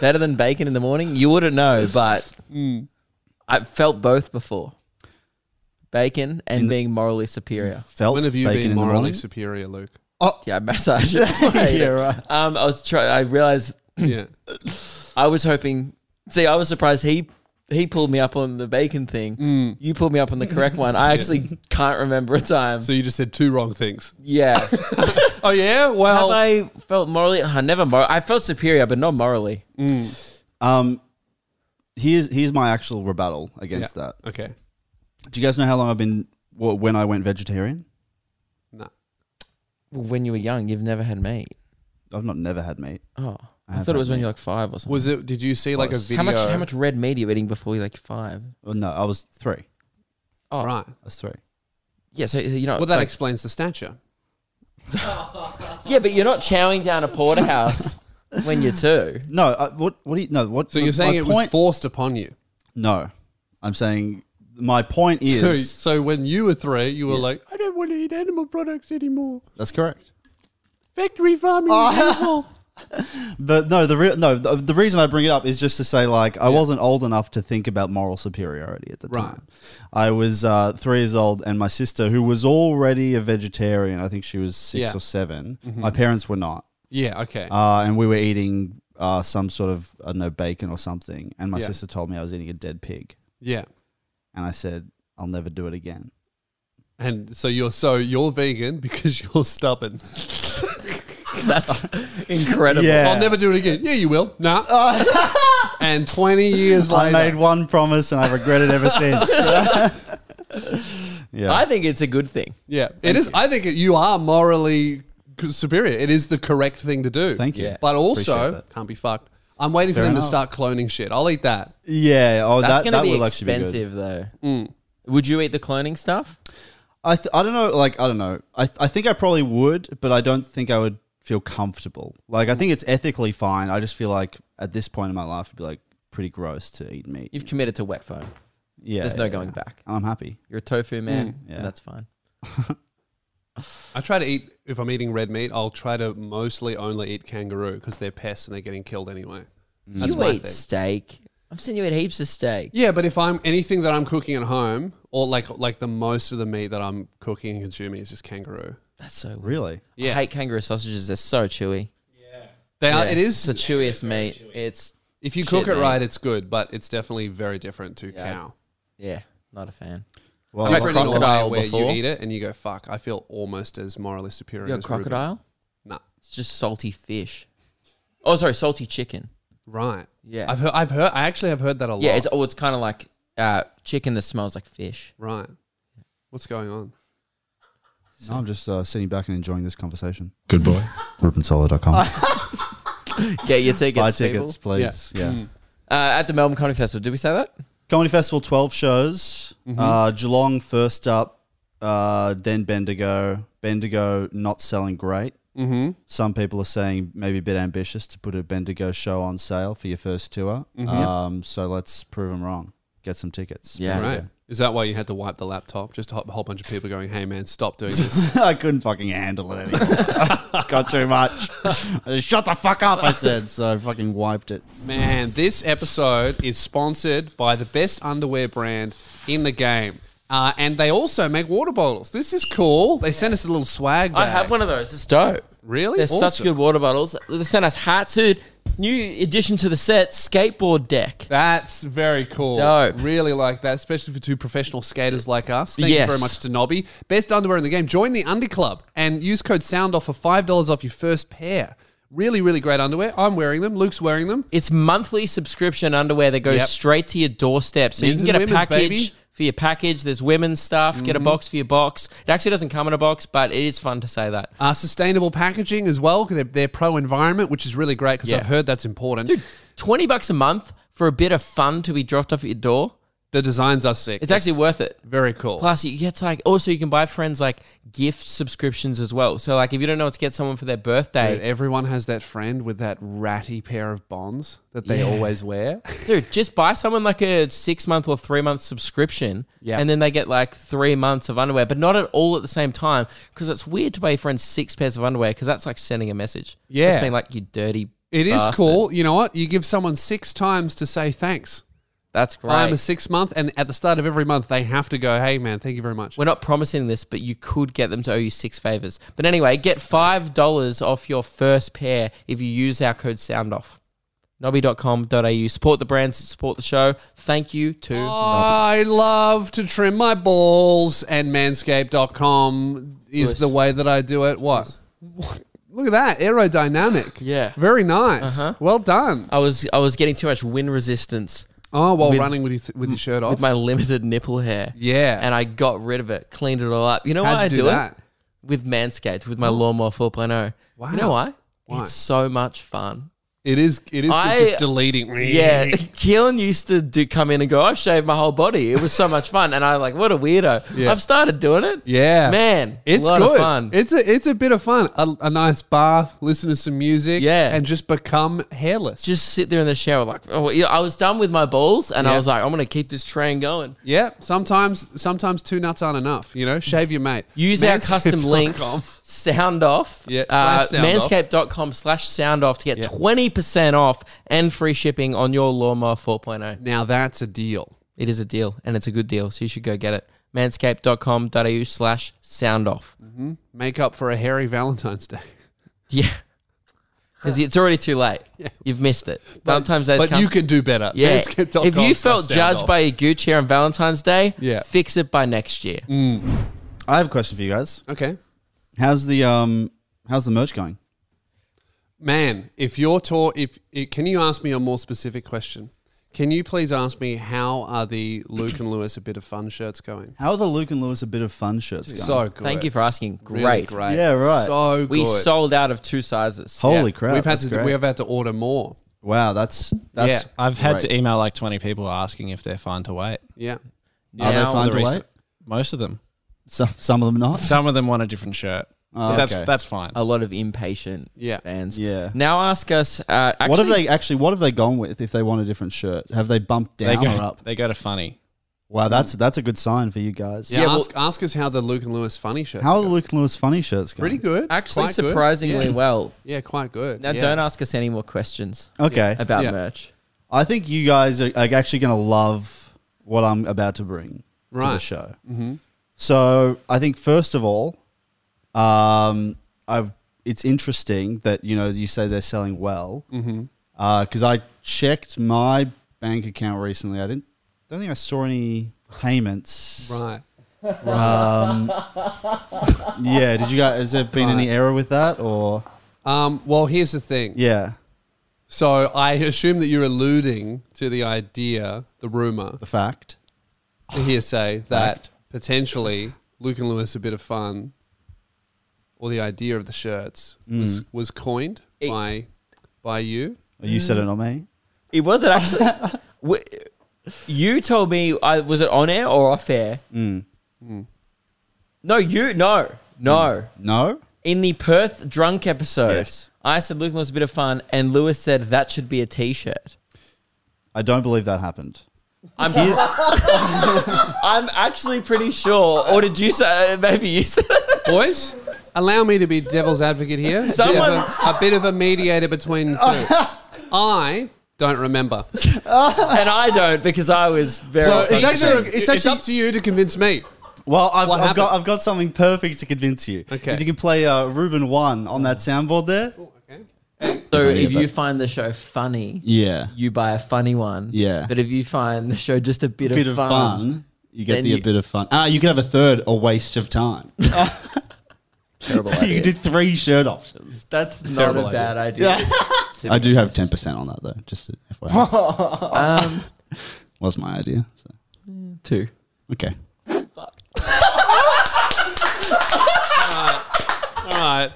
D: Better than bacon in the morning? You wouldn't know, but Hmm. I've felt both before. Bacon and being morally superior.
C: Felt
A: when have you
C: bacon
A: been
C: in the
A: morally
C: morning.
A: superior, Luke?
D: Yeah, massage. Oh. yeah,
C: right.
D: Um, I was try- I realized
A: Yeah.
D: I was hoping. See, I was surprised he he pulled me up on the bacon thing. You pulled me up on the correct one. I actually can't remember a time.
A: So you just said two wrong things.
D: yeah.
A: Oh yeah.
D: Have
A: Well,
D: I felt morally? I never. Mor- I felt superior, but not morally.
C: Um, here's here's my actual rebuttal against
A: Yeah.
C: that.
A: okay.
C: Do you guys know how long I've been wh- when I went vegetarian?
A: No.
D: When you were young, you've never had meat.
C: I've not never had meat.
D: Oh,
C: I
D: I,
C: have
D: thought it
C: had
D: was when
C: meat.
D: you were like five or something.
A: Was it? Did you see like a
C: Was.
A: video?
D: How much how much red meat are you eating before you're like five?
C: Well, no, I was three.
D: Oh,
A: Right.
C: I was three.
D: Yeah, so so you're not.
A: Well, that
D: like-
A: explains the stature.
D: yeah, but you're not chowing down a porterhouse when you're two.
C: No, I, what what do you no what?
A: So you're saying it was
C: point,
A: forced upon you.
C: No, I'm saying my point
A: So,
C: is
A: so when you were three, you were like, I don't want to eat animal products anymore. Oh.
C: that's correct.
A: Factory farming is evil.
C: But no, the re- no the, the reason I bring it up is just to say like I wasn't old enough to think about moral superiority at the
A: Right.
C: time. I was uh, three years old, and my sister, who was already a vegetarian, I think she was six
A: Yeah. Mm-hmm.
C: or 7 My parents were not,
A: Yeah. Okay.
C: uh, and we were eating uh, some sort of I don't know bacon or something. And my
A: Yeah.
C: sister told me I was eating a dead pig,
A: yeah.
C: and I said I'll never do it again.
A: And so you're so you're vegan because you're stubborn.
D: That's incredible.
A: I'll never do it again. Yeah, you will. Nah. and 20 years
C: Uh. I
A: later,
C: made one promise, and I regret it ever since. yeah.
D: I think it's a good thing.
A: Yeah, it is. I think you are morally c- superior. It is the correct thing to do.
C: Thank you. Yeah.
A: But
C: Appreciate
A: also,
C: that.
A: can't be fucked. I'm waiting for
C: Fair
A: them to
C: enough.
A: start cloning shit. I'll eat that.
C: Yeah, oh,
D: That's
C: that,
D: going to
C: that
D: be
C: will actually be good. Mm.
D: expensive, though. Would you eat the cloning stuff?
C: I, th- I don't know, like, I don't know. I, th- I think I probably would, but I don't think I would feel comfortable. Like, I think it's ethically fine. I just feel like at this point in my life, it'd be like pretty gross to eat meat.
D: You've committed to wet foam.
C: yeah.
D: There's no
C: yeah, Mm,
D: going
C: yeah.
D: back.
C: And I'm happy.
D: You're a tofu man.
C: Yeah.
D: and that's fine.
A: I try to eat if I'm eating red meat. I'll try to mostly only eat kangaroo because they're pests and they're getting killed anyway.
D: Mm.
A: That's
F: you
A: my
F: ate
A: thing.
F: steak. I've seen you eat heaps of steak.
A: Yeah, but if I'm anything that I'm cooking at home, or like like the most of the meat that I'm cooking and consuming is just kangaroo.
F: That's so weird.
C: Really?
A: Yeah.
D: I hate kangaroo sausages. They're so chewy.
A: They
C: Uh,
A: are.
D: Yeah.
A: It
D: It's the
A: is.
D: chewiest meat. It's
A: If you
D: shit,
A: cook it
D: man.
A: right, it's good, but it's definitely very different to cow.
D: yeah, not a fan.
C: Well,
A: I've
D: You've
A: eaten a
D: crocodile
A: way where
D: before?
A: you eat it and you go, "Fuck!" I feel almost as morally superior.
F: You're a
A: as Ruben."
F: crocodile?
A: Nah.
F: It's just salty fish. Oh, sorry, salty chicken.
A: Right.
F: Yeah.
A: I've heard. I've heard. I actually have heard that a lot.
F: yeah, it's oh, it's kind of like uh, chicken that smells like fish.
A: right. What's going on?
C: no, I'm just uh, sitting back and enjoying this conversation.
E: Good boy.
C: RubenSolo.com.
D: Get your tickets,
C: Buy
D: people.
C: tickets, please. Yeah.
D: Uh, at the Melbourne Comedy Festival. Did we say that?
C: Comedy Festival, 12 shows. Uh, Geelong first up, uh, then Bendigo. Bendigo not selling great.
A: Mm-hmm.
C: Some people are saying maybe a bit ambitious to put a Bendigo show on sale for your first tour. Um, so let's prove them wrong. Get some tickets.
F: Yeah.
A: Right. Is that why you had to wipe the laptop? Just a ho- whole bunch of people going, "Hey, man, stop doing this."
C: I couldn't fucking handle it anymore. Got too much. I just, Shut the fuck up, I said. So I fucking wiped it.
A: Man, this episode is sponsored by the best underwear brand in the game. Uh, and they also make water bottles. This is cool. They sent us a little swag bag.
D: I have one of those. It's dope.
A: Really?
D: They're such
A: Awesome.
D: good water bottles. They sent us hats, dude. New addition to the set, skateboard deck.
A: That's very cool.
D: Dope.
A: Really like that, especially for two professional skaters like us. Thank you
D: Yes.
A: very much to Nobby. Best underwear in the game. Join the Under Club and use code SOUNDOFF for $5 off your first pair. Really, really great underwear. I'm wearing them. Luke's wearing them.
D: It's monthly subscription underwear that goes
A: Yep.
D: straight to your doorstep. So
A: Men's
D: you can
A: and
D: get a
A: women's,
D: package
A: baby.
D: for your package. There's women's stuff. Get a box for your box. It actually doesn't come in a box, but it is fun to say that.
A: Uh, sustainable packaging as well. 'cause They're, they're pro environment, which is really great because
D: Yeah.
A: I've heard that's important.
D: 20 bucks a month for a bit of fun to be dropped off at your door.
A: The designs are sick.
D: It's actually worth it.
A: very cool.
D: Plus, you get like also you can buy friends like gift subscriptions as well. So like if you don't know what to get someone for their birthday,
A: Dude, everyone has that friend with that ratty pair of bonds that they
D: Yeah.
A: always wear.
D: dude, just buy someone like a six month or three month subscription,
A: Yeah.
D: and then they get like three months of underwear, but not at all at the same time because it's weird to buy your friends six pairs of underwear because that's like sending a message.
A: Yeah.
D: it's being like you dirty.
A: It is
D: bastard."
A: cool. You know what? You give someone six times to say thanks.
D: That's
A: I'm
D: great.
A: a six month, and at the start of every month, they have to go, hey, man, thank you very much.
D: We're not promising this, but you could get them to owe you six favors. But anyway, get five dollars off your first pair if you use our code SoundOff. Nobby.com.au. Support the brands, support the show. Thank you to
A: I love to trim my balls, and manscaped.com is
D: Bliss.
A: the way that I do it. What? What? Look at that. Aerodynamic.
D: Yeah. Uh-huh.
A: Very nice. Well done.
D: I was I was getting too much wind resistance
A: Oh, while
D: With-
A: running with your, th- with your shirt off.
D: with my limited nipple hair.
A: yeah.
D: And I got rid of it, cleaned it all up. You know
A: How'd
D: why
A: you
D: I do,
A: that?
D: it? With Manscaped, with my lawnmower 4.0.
A: Wow.
D: You know why?
A: Why?
D: It's so much fun.
A: It is. It is
D: I-
A: just deleting.
D: Yeah, Keelan used to do come in and go, I shaved my whole body. It was so much fun. And I like, what a weirdo.
A: Yeah.
D: I've started doing it.
A: yeah,
D: Man,
A: It's
D: a lot
A: good.
D: of fun.
A: It's a it's a bit of fun. A, a nice bath, listen to some music,
D: Yeah.
A: and just become hairless.
D: Just sit there in the shower like, oh, yeah, I was done with my balls and
A: Yeah.
D: I was like, I'm going to keep this train going.
A: yeah. Sometimes sometimes two nuts aren't enough. You know, shave your mate.
D: Use our custom link,
A: Manscaped.com.
D: sound off,
A: Yeah,
D: uh,
A: slash sound off.
D: manscaped.com slash sound off to get 20% off and free shipping on your lawnmower 4.0.
A: Now that's a deal.
D: It is a deal and it's a good deal, so you should go get it. manscaped.com.au slash sound off.
A: Make up for a hairy Valentine's Day.
D: Yeah. Because it's already too late. You've missed it. Valentine's Day's
A: But
D: come-
A: you can do better.
D: Yeah.
A: Manscaped.com
D: If you
A: slash
D: felt
A: sound
D: judged
A: off.
D: by your gooch here on Valentine's Day,
A: Yeah. Mm.
D: fix it by next year.
C: I have a question for you guys.
A: okay,
C: How's the um how's the merch going?
A: man, if you're taught, if it, can you ask me a more specific question? Can you please ask me how are the Luke and Lewis a bit of fun shirts going?
C: How are the Luke and Lewis a bit of fun shirts going?
A: So good.
D: Thank you for asking. Great.
A: Really great.
C: Yeah, right.
A: So good.
D: We sold out of two sizes.
A: Yeah.
C: Holy crap.
A: We've had
C: that's
A: to
C: great.
A: we have had to order more.
C: wow, that's that's
A: Yeah.
G: I've had
C: great.
G: to email like 20 people asking if they're fine to wait.
A: Yeah.
C: Are they
G: Now,
C: fine
G: the
C: to
G: recent-
C: wait?
G: Most of them.
C: Some, some of them not.
G: Some of them want a different shirt.
C: Oh,
G: But that's
C: okay. Oh,
G: that's fine.
D: A lot of impatient
A: Yeah.
D: fans.
C: Yeah.
D: Now ask us. Uh, actually,
C: what have they actually? What have they gone with? If they want a different shirt, have they bumped
G: They
C: down or
G: go,
C: up?
G: they go to funny.
C: Wow, that's that's a good sign for you guys.
A: Yeah,
D: Yeah,
A: ask, ask us how the Luke and Lewis funny show.
C: How are the Luke and Lewis funny shirts going?
A: Pretty good.
B: Actually,
A: quite good.
B: surprisingly
A: Yeah.
B: well.
A: Yeah, quite good.
B: Now,
A: yeah.
B: don't ask us any more questions
C: Okay.
B: about
A: Yeah.
B: merch.
C: I think you guys are, are actually going to love what I'm about to bring to the
A: Right. Mm-hmm.
C: show. So I think first of all, um, I've it's interesting that you know you say they're selling well because
A: Mm-hmm.
C: I checked my bank account recently. I didn't don't think I saw any payments.
A: Right.
C: Yeah. Did you guys? Has there been any error with that or?
A: Um, well, here's the thing.
C: Yeah.
A: So I assume that you're alluding to the idea, the rumor,
C: The fact.
A: the hearsay that potentially Luke and Lewis a bit of fun, or the idea of the shirts
C: Mm.
A: was, was coined by by you.
C: You said
A: Mm.
C: it, not me.
D: It wasn't actually. w- you told me. I was it on air or off air?
C: Mm.
A: Mm.
D: No, you no no.
C: No.
D: In the Perth drunk episode,
C: Mm. Yes.
D: I said Luke was a bit of fun, and Lewis said that should be a T-shirt.
C: I don't believe that happened.
D: I'm
C: Here's,
D: I'm actually pretty sure. Or did you say? uh, Maybe you said.
A: Boys, allow me to be devil's advocate here.
D: Someone-
A: a, bit of a- a bit of a mediator between the two. I don't remember. So
D: and I don't because I was very.
C: So it's
A: it's,
C: actually-
A: actually,
C: it's
A: it's,
C: actually-
A: up to you to convince me.
C: Well, I've,
A: What
C: I've got
A: happened?
C: I've got something perfect to convince you.
A: Okay. Oh.
C: If you can play uh, Ruben one on that soundboard there.
A: Okay.
D: so
C: Yeah,
D: if
C: but-
D: you find the show funny,
C: Yeah.
D: you buy a funny one.
C: Yeah.
D: But if you find the show just a bit,
C: bit
D: of, fun,
C: of fun. You get
D: Then
C: the
D: you-
C: a bit of fun. Ah, you could have a third, a waste of time.
D: terrible
C: you
D: idea.
C: could do three shirt options.
D: That's not a bad idea.
C: I do have ten percent on that though. Just FYI,
D: Um,
C: was my idea. So.
D: two.
C: Okay.
A: All right.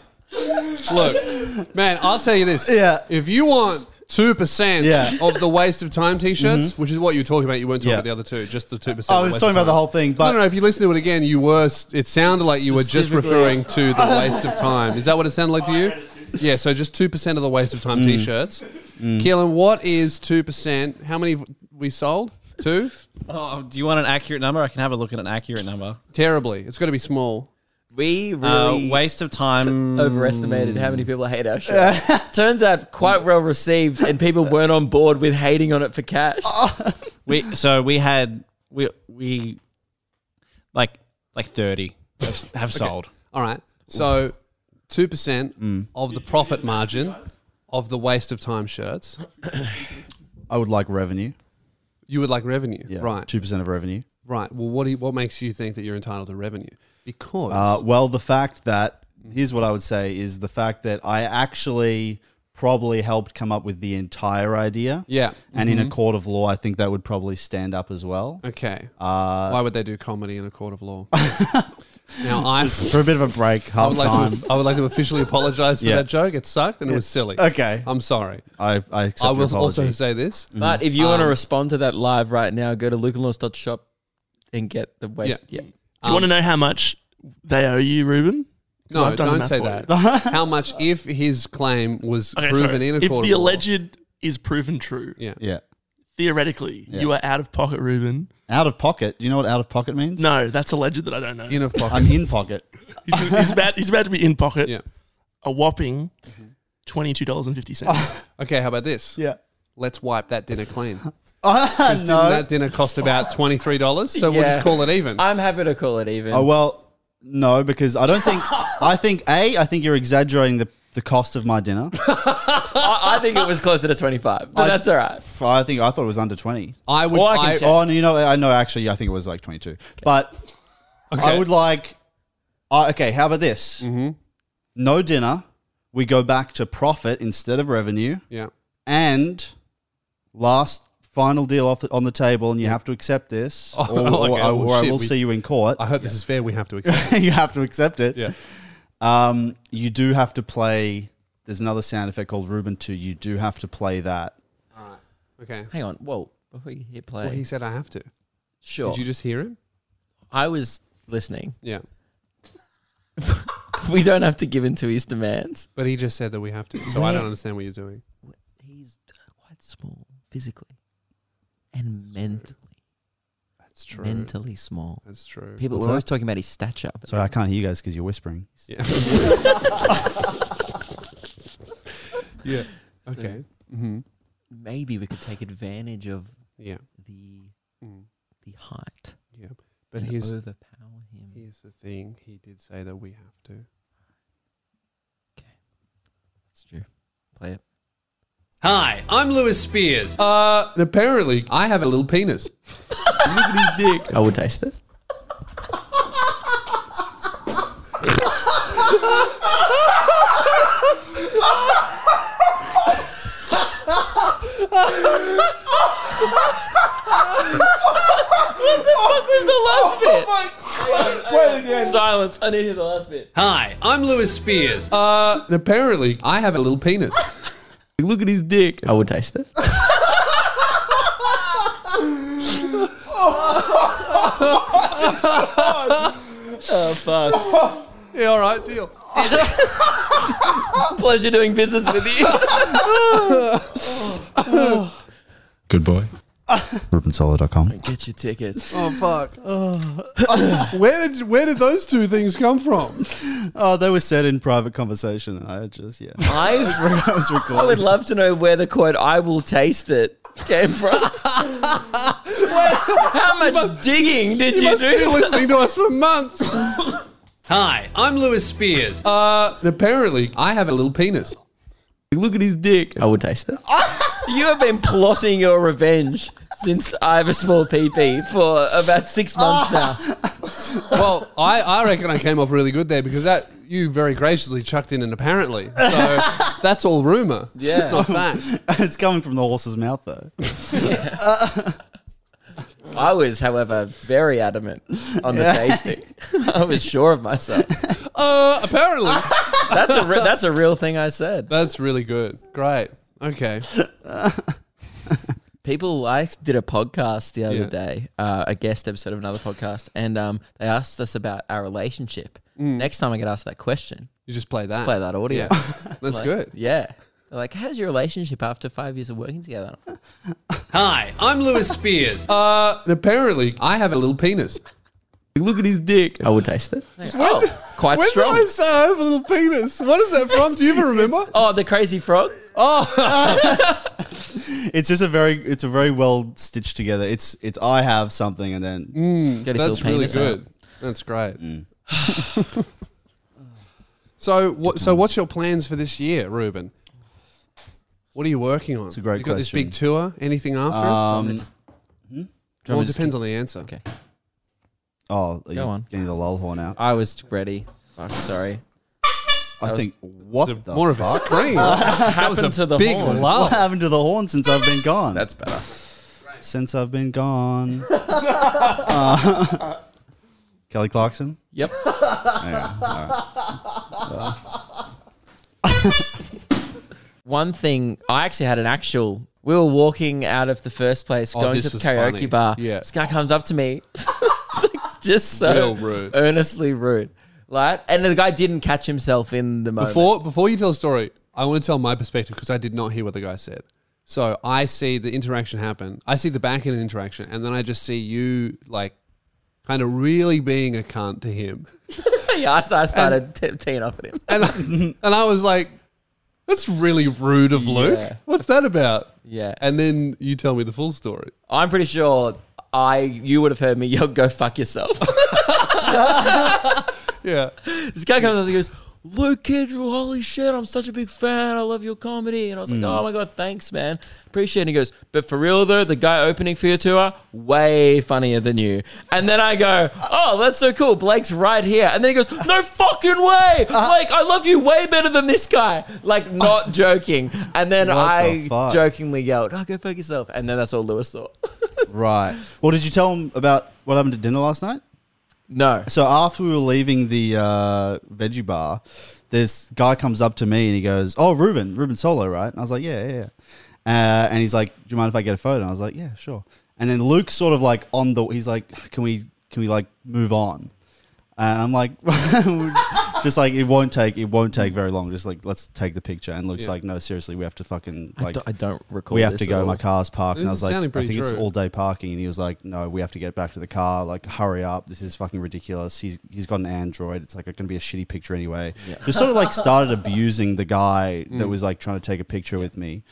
A: Look, man, I'll tell you this.
C: Yeah.
A: If you want two percent
C: Yeah. Mm-hmm.
A: of the waste of time T-shirts, which is what you were talking about, you weren't talking
C: Yeah.
A: about the other two, just the two percent.
C: I was talking about the whole thing,
A: I
C: but
A: don't know if you listen to it again. You were. s- It sounded like you were just
D: Specifically-
A: referring to the waste of time. Is that what it sounded like to you? Yeah. So just two percent of the waste of time
C: Mm.
A: T-shirts. Keelan, what is two percent? How many v- we sold? Two.
G: Oh, do you want an accurate number? I can have a look at an accurate number.
A: Terribly. It's got to be small.
D: We
G: Uh,
D: really
G: waste of time.
D: overestimated how many people hate our show. Turns out quite well received, and people weren't on board with hating on it for cash.
C: Oh.
G: We so we had we we like like thirty have, have sold.
A: All right. So two percent
C: Mm.
A: of the profit margin of the waste of time shirts.
C: I would like revenue.
A: You would like revenue,
C: Yeah.
A: right?
C: Two percent of revenue.
A: Right. Well, what do you, what makes you think that you're entitled to revenue? Because
C: Uh, well, the fact that here's what I would say is the fact that I actually probably helped come up with the entire idea.
A: yeah.
C: And in a court of law, I think that would probably stand up as well.
A: Okay.
C: Uh,
A: Why would they do comedy in a court of law? now I,
C: for a bit of a break,
A: I
C: half
A: would like
C: time.
A: to I would like to officially apologize for
C: Yeah.
A: that joke. It sucked and it was silly.
C: Okay.
A: I'm sorry.
C: I, Um, I accept
A: I
C: your
A: will also
C: apology. Mm.
A: say this.
D: But if you want to respond to that live right now, go to lukeandlaws.shop and get the waste. Yeah.
A: Yeah.
H: Do you
I: Um,
H: want to know how much they owe you, Ruben? 'Cause
A: No,
H: I've done the
A: don't
H: math
A: say
H: for
A: that.
H: you.
A: How much if his claim was
H: Okay, so
A: proven in a
H: if
A: court
H: the
A: of law?
H: alleged is proven true,
A: Yeah.
C: Yeah.
H: theoretically, you are out of pocket, Ruben.
C: Out of pocket. Do you know what out of pocket means?
H: No, that's alleged that I don't know.
A: In of pocket.
C: I'm in pocket.
H: he's, he's about, he's about to be in pocket
A: yeah.
H: a whopping $22.50.
A: Okay, how about this?
C: Yeah.
A: Let's wipe that dinner clean.
C: Ah,
A: Didn't
C: no.
A: that dinner cost about twenty three dollars? So we'll just
D: Yeah.
A: call it even.
D: I'm happy to call it even.
C: Oh, well, no, because I don't think. I think, A, I think you're exaggerating the, the cost of my dinner.
D: I, I think it was closer to 25, but that's all right.
C: I think I thought it was under 20.
A: I would.
D: Or I can
A: I,
D: check.
C: Oh, no, you know, I know, actually, I think it was like 22. But I would like. I okay, how about this? Mm-hmm. No dinner. We go back to profit instead of revenue.
A: yeah.
C: And last final deal off the, on the table, and you have to accept this, or, or,
A: Oh, okay,
C: or I-
A: well,
C: or I
A: shit,
C: will
A: we-
C: see you in court.
A: I hope this is fair. We have to accept.
C: you have to accept it.
A: Yeah.
C: Um, you do have to play. There's another sound effect called Ruben Two. You do have to play that.
A: Okay.
D: Hang on. Whoa. Before you hit play.
A: Well, he said I have to.
D: sure.
A: Did you just hear him?
D: I was listening.
A: Yeah.
D: We don't have to give in to his demands.
A: But he just said that we have to. So I don't understand what you're doing.
D: He's quite small physically and mentally.
A: That's true.
J: mentally small.
A: That's true.
J: People
C: What's
J: were
C: that?
J: always talking about his stature. but-
C: Sorry, I can't hear you guys because you're whispering.
A: Yeah. yeah. Okay. hmm
J: Maybe we could take advantage of
A: Yeah.
J: the
A: Mm.
J: the height
A: Yeah. But
J: and
A: here's
J: overpower him.
A: here's the thing. He did say that we have to.
J: That's true. Play it.
A: Hi, I'm Lewis Spears. Uh, and apparently I have a little penis.
J: I will taste it.
D: Silence. I need to hear the last bit.
A: Hi, I'm Lewis Spears. Uh, and apparently I have a little penis.
D: Look at his dick.
J: I will taste it.
A: yeah. All right. Deal.
D: Pleasure doing business with you.
E: Good boy.
C: RubenSolo.com.
J: Get your tickets.
A: Oh fuck. where did where did those two things come from?
C: Oh, they were said in private conversation. and I just, yeah.
J: I
C: I was
D: I would
C: recording.
D: love to know where the quote "I will taste it" came from. How much digging did you,
A: Must be
D: do?
A: listening to us for months. Hi, I'm Lewis Spears. Uh, and apparently I have a little penis.
D: Look at his dick.
J: I will taste it.
D: You have been plotting your revenge since I have a small PP for about six months now.
A: Well, I, I reckon I came off really good there because that you very graciously chucked in and apparently. So that's all rumor. Yeah. It's not fact.
C: it's coming from the horse's mouth, though.
D: I was, however, very adamant on the tasting. I was sure of myself.
A: Uh, apparently.
D: That's a re- that's a real thing I said.
A: that's really good. Great. Okay.
D: People, I did a podcast the other
A: Yeah.
D: day, uh, a guest episode of another podcast, and um, they asked us about our relationship. Next time I get asked that question,
A: You just play that.
D: play that audio.
A: Yeah. That's good.
D: Yeah. They're like, how's your relationship after five years of working together?
A: Hi, I'm Lewis Spears. Uh, and apparently I have a little penis.
D: Look at his dick.
J: I will taste it.
D: Oh, quite
A: When
D: strong.
A: did I say I have a little penis? What is that from? Do you even remember?
D: Oh, the crazy frog.
C: It's just a very, it's a very well stitched together. It's, it's I have something, and then
D: Got his
A: That's
D: little
A: really
D: penis out.
A: good. That's great. so what? So what's your plans for this year, Ruben? What are you working on? It's
C: a great
A: you got this
C: question.
A: big tour. Anything after?
C: um,
A: it? Well, it depends on the answer.
D: Okay.
C: oh, are you
D: Go on.
C: getting the lull horn out.
D: I was ready. Fuck, sorry.
C: I think what
A: It's a-
C: the
A: more of a
C: fuck
A: scream. that was a
D: Happened to the
A: big
D: horn.
A: lull.
C: What happened to the horn since I've been gone?
D: That's better.
C: since I've been gone. Uh, Kelly Clarkson.
D: Yep.
C: Yeah, all right.
D: one thing I actually had an actual. We were walking out of the first place,
A: Oh,
D: going
A: this
D: to the
A: was
D: karaoke
A: funny.
D: bar.
A: Yeah.
D: This guy comes up to me, It's like just so
A: Real rude.
D: earnestly rude, like, and the guy didn't catch himself in the moment.
A: Before before you tell the story, I want to tell my perspective because I did not hear what the guy said. So I see the interaction happen. I see the back end interaction, and then I just see you like kind of really being a cunt to him.
D: yeah, I, I started t- teeing off at him.
A: and I, and I was like, "That's really rude of Luke.
D: Yeah.
A: What's that about?"
D: Yeah,
A: And then you tell me the full story.
D: I'm pretty sure I you would have heard me yell, "Go fuck yourself."
A: Yeah,
D: this guy comes up and goes, Luke Kidrell, holy shit, I'm such a big fan. I love your comedy. And I was like, oh my God, thanks, man. Appreciate it. And he goes, but for real though, the guy opening for your tour, way funnier than you. And then I go, oh, that's so cool. Blake's right here. And then he goes, no fucking way.
C: Uh-huh.
D: Blake, I love you way better than this guy. Like, not joking. And then
C: What the
D: I
C: fuck?
D: jokingly yelled, oh, go fuck yourself. And then that's all Lewis thought.
C: Right. Well, did you tell him about what happened at dinner last night?
D: no.
C: So after we were leaving the uh, veggie bar, this guy comes up to me and he goes, "Oh, Ruben, Ruben Solo, right?" And I was like, "Yeah, yeah." yeah. Uh, and he's like, "Do you mind if I get a photo?" And I was like, "Yeah, sure." And then Luke sort of like on the, he's like, "Can we, can we like move on?" And I'm like, just like it won't take it won't take very long. Just like let's take the picture. And Luke's like, no, seriously, we have to fucking like
D: I don't recall.
C: we have
D: this
C: to
D: at
C: go.
D: all.
C: My car's parked, and I
A: This is
C: was like, I
A: sounding
C: think
A: pretty
C: it's
A: true.
C: all day parking. And he was like, No, we have to get back to the car. Like, hurry up! This is fucking ridiculous. He's he's got an Android. It's like going to be a shitty picture anyway. Just sort of like started abusing the guy that was like trying to take a picture with me.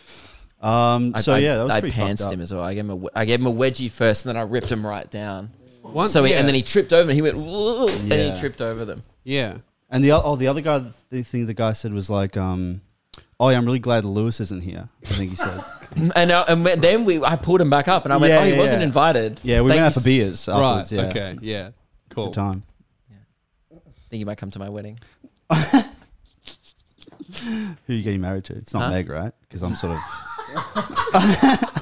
C: Um.
D: Mm. I-
C: so
D: I-
C: yeah, that was
D: I
C: pretty
D: pantsed
C: fucked
D: him
C: up.
D: as well. I gave him a, we- I gave him a wedgie first, and then I ripped him right down.
A: One,
D: So he,
A: yeah,
D: and then he tripped over. and He went "Whoa," and
C: Yeah.
D: he tripped over them.
A: yeah.
C: And the o- oh, the other guy, the thing the guy said was like, um, Oh yeah, I'm really glad Lewis isn't here. I think he said.
D: And, I, and then we, I pulled him back up, and I went,
C: Yeah,
D: "Oh, he
C: yeah,
D: wasn't
C: yeah.
D: invited."
C: yeah, we
D: Thank
C: went
D: you
C: out for
D: s-
C: beers
A: Right.
C: afterwards. Yeah.
A: Okay. Yeah. Cool.
C: Good time.
D: Think he might come to my wedding.
C: Who are you getting married to? It's not Meg, right? Because I'm sort of.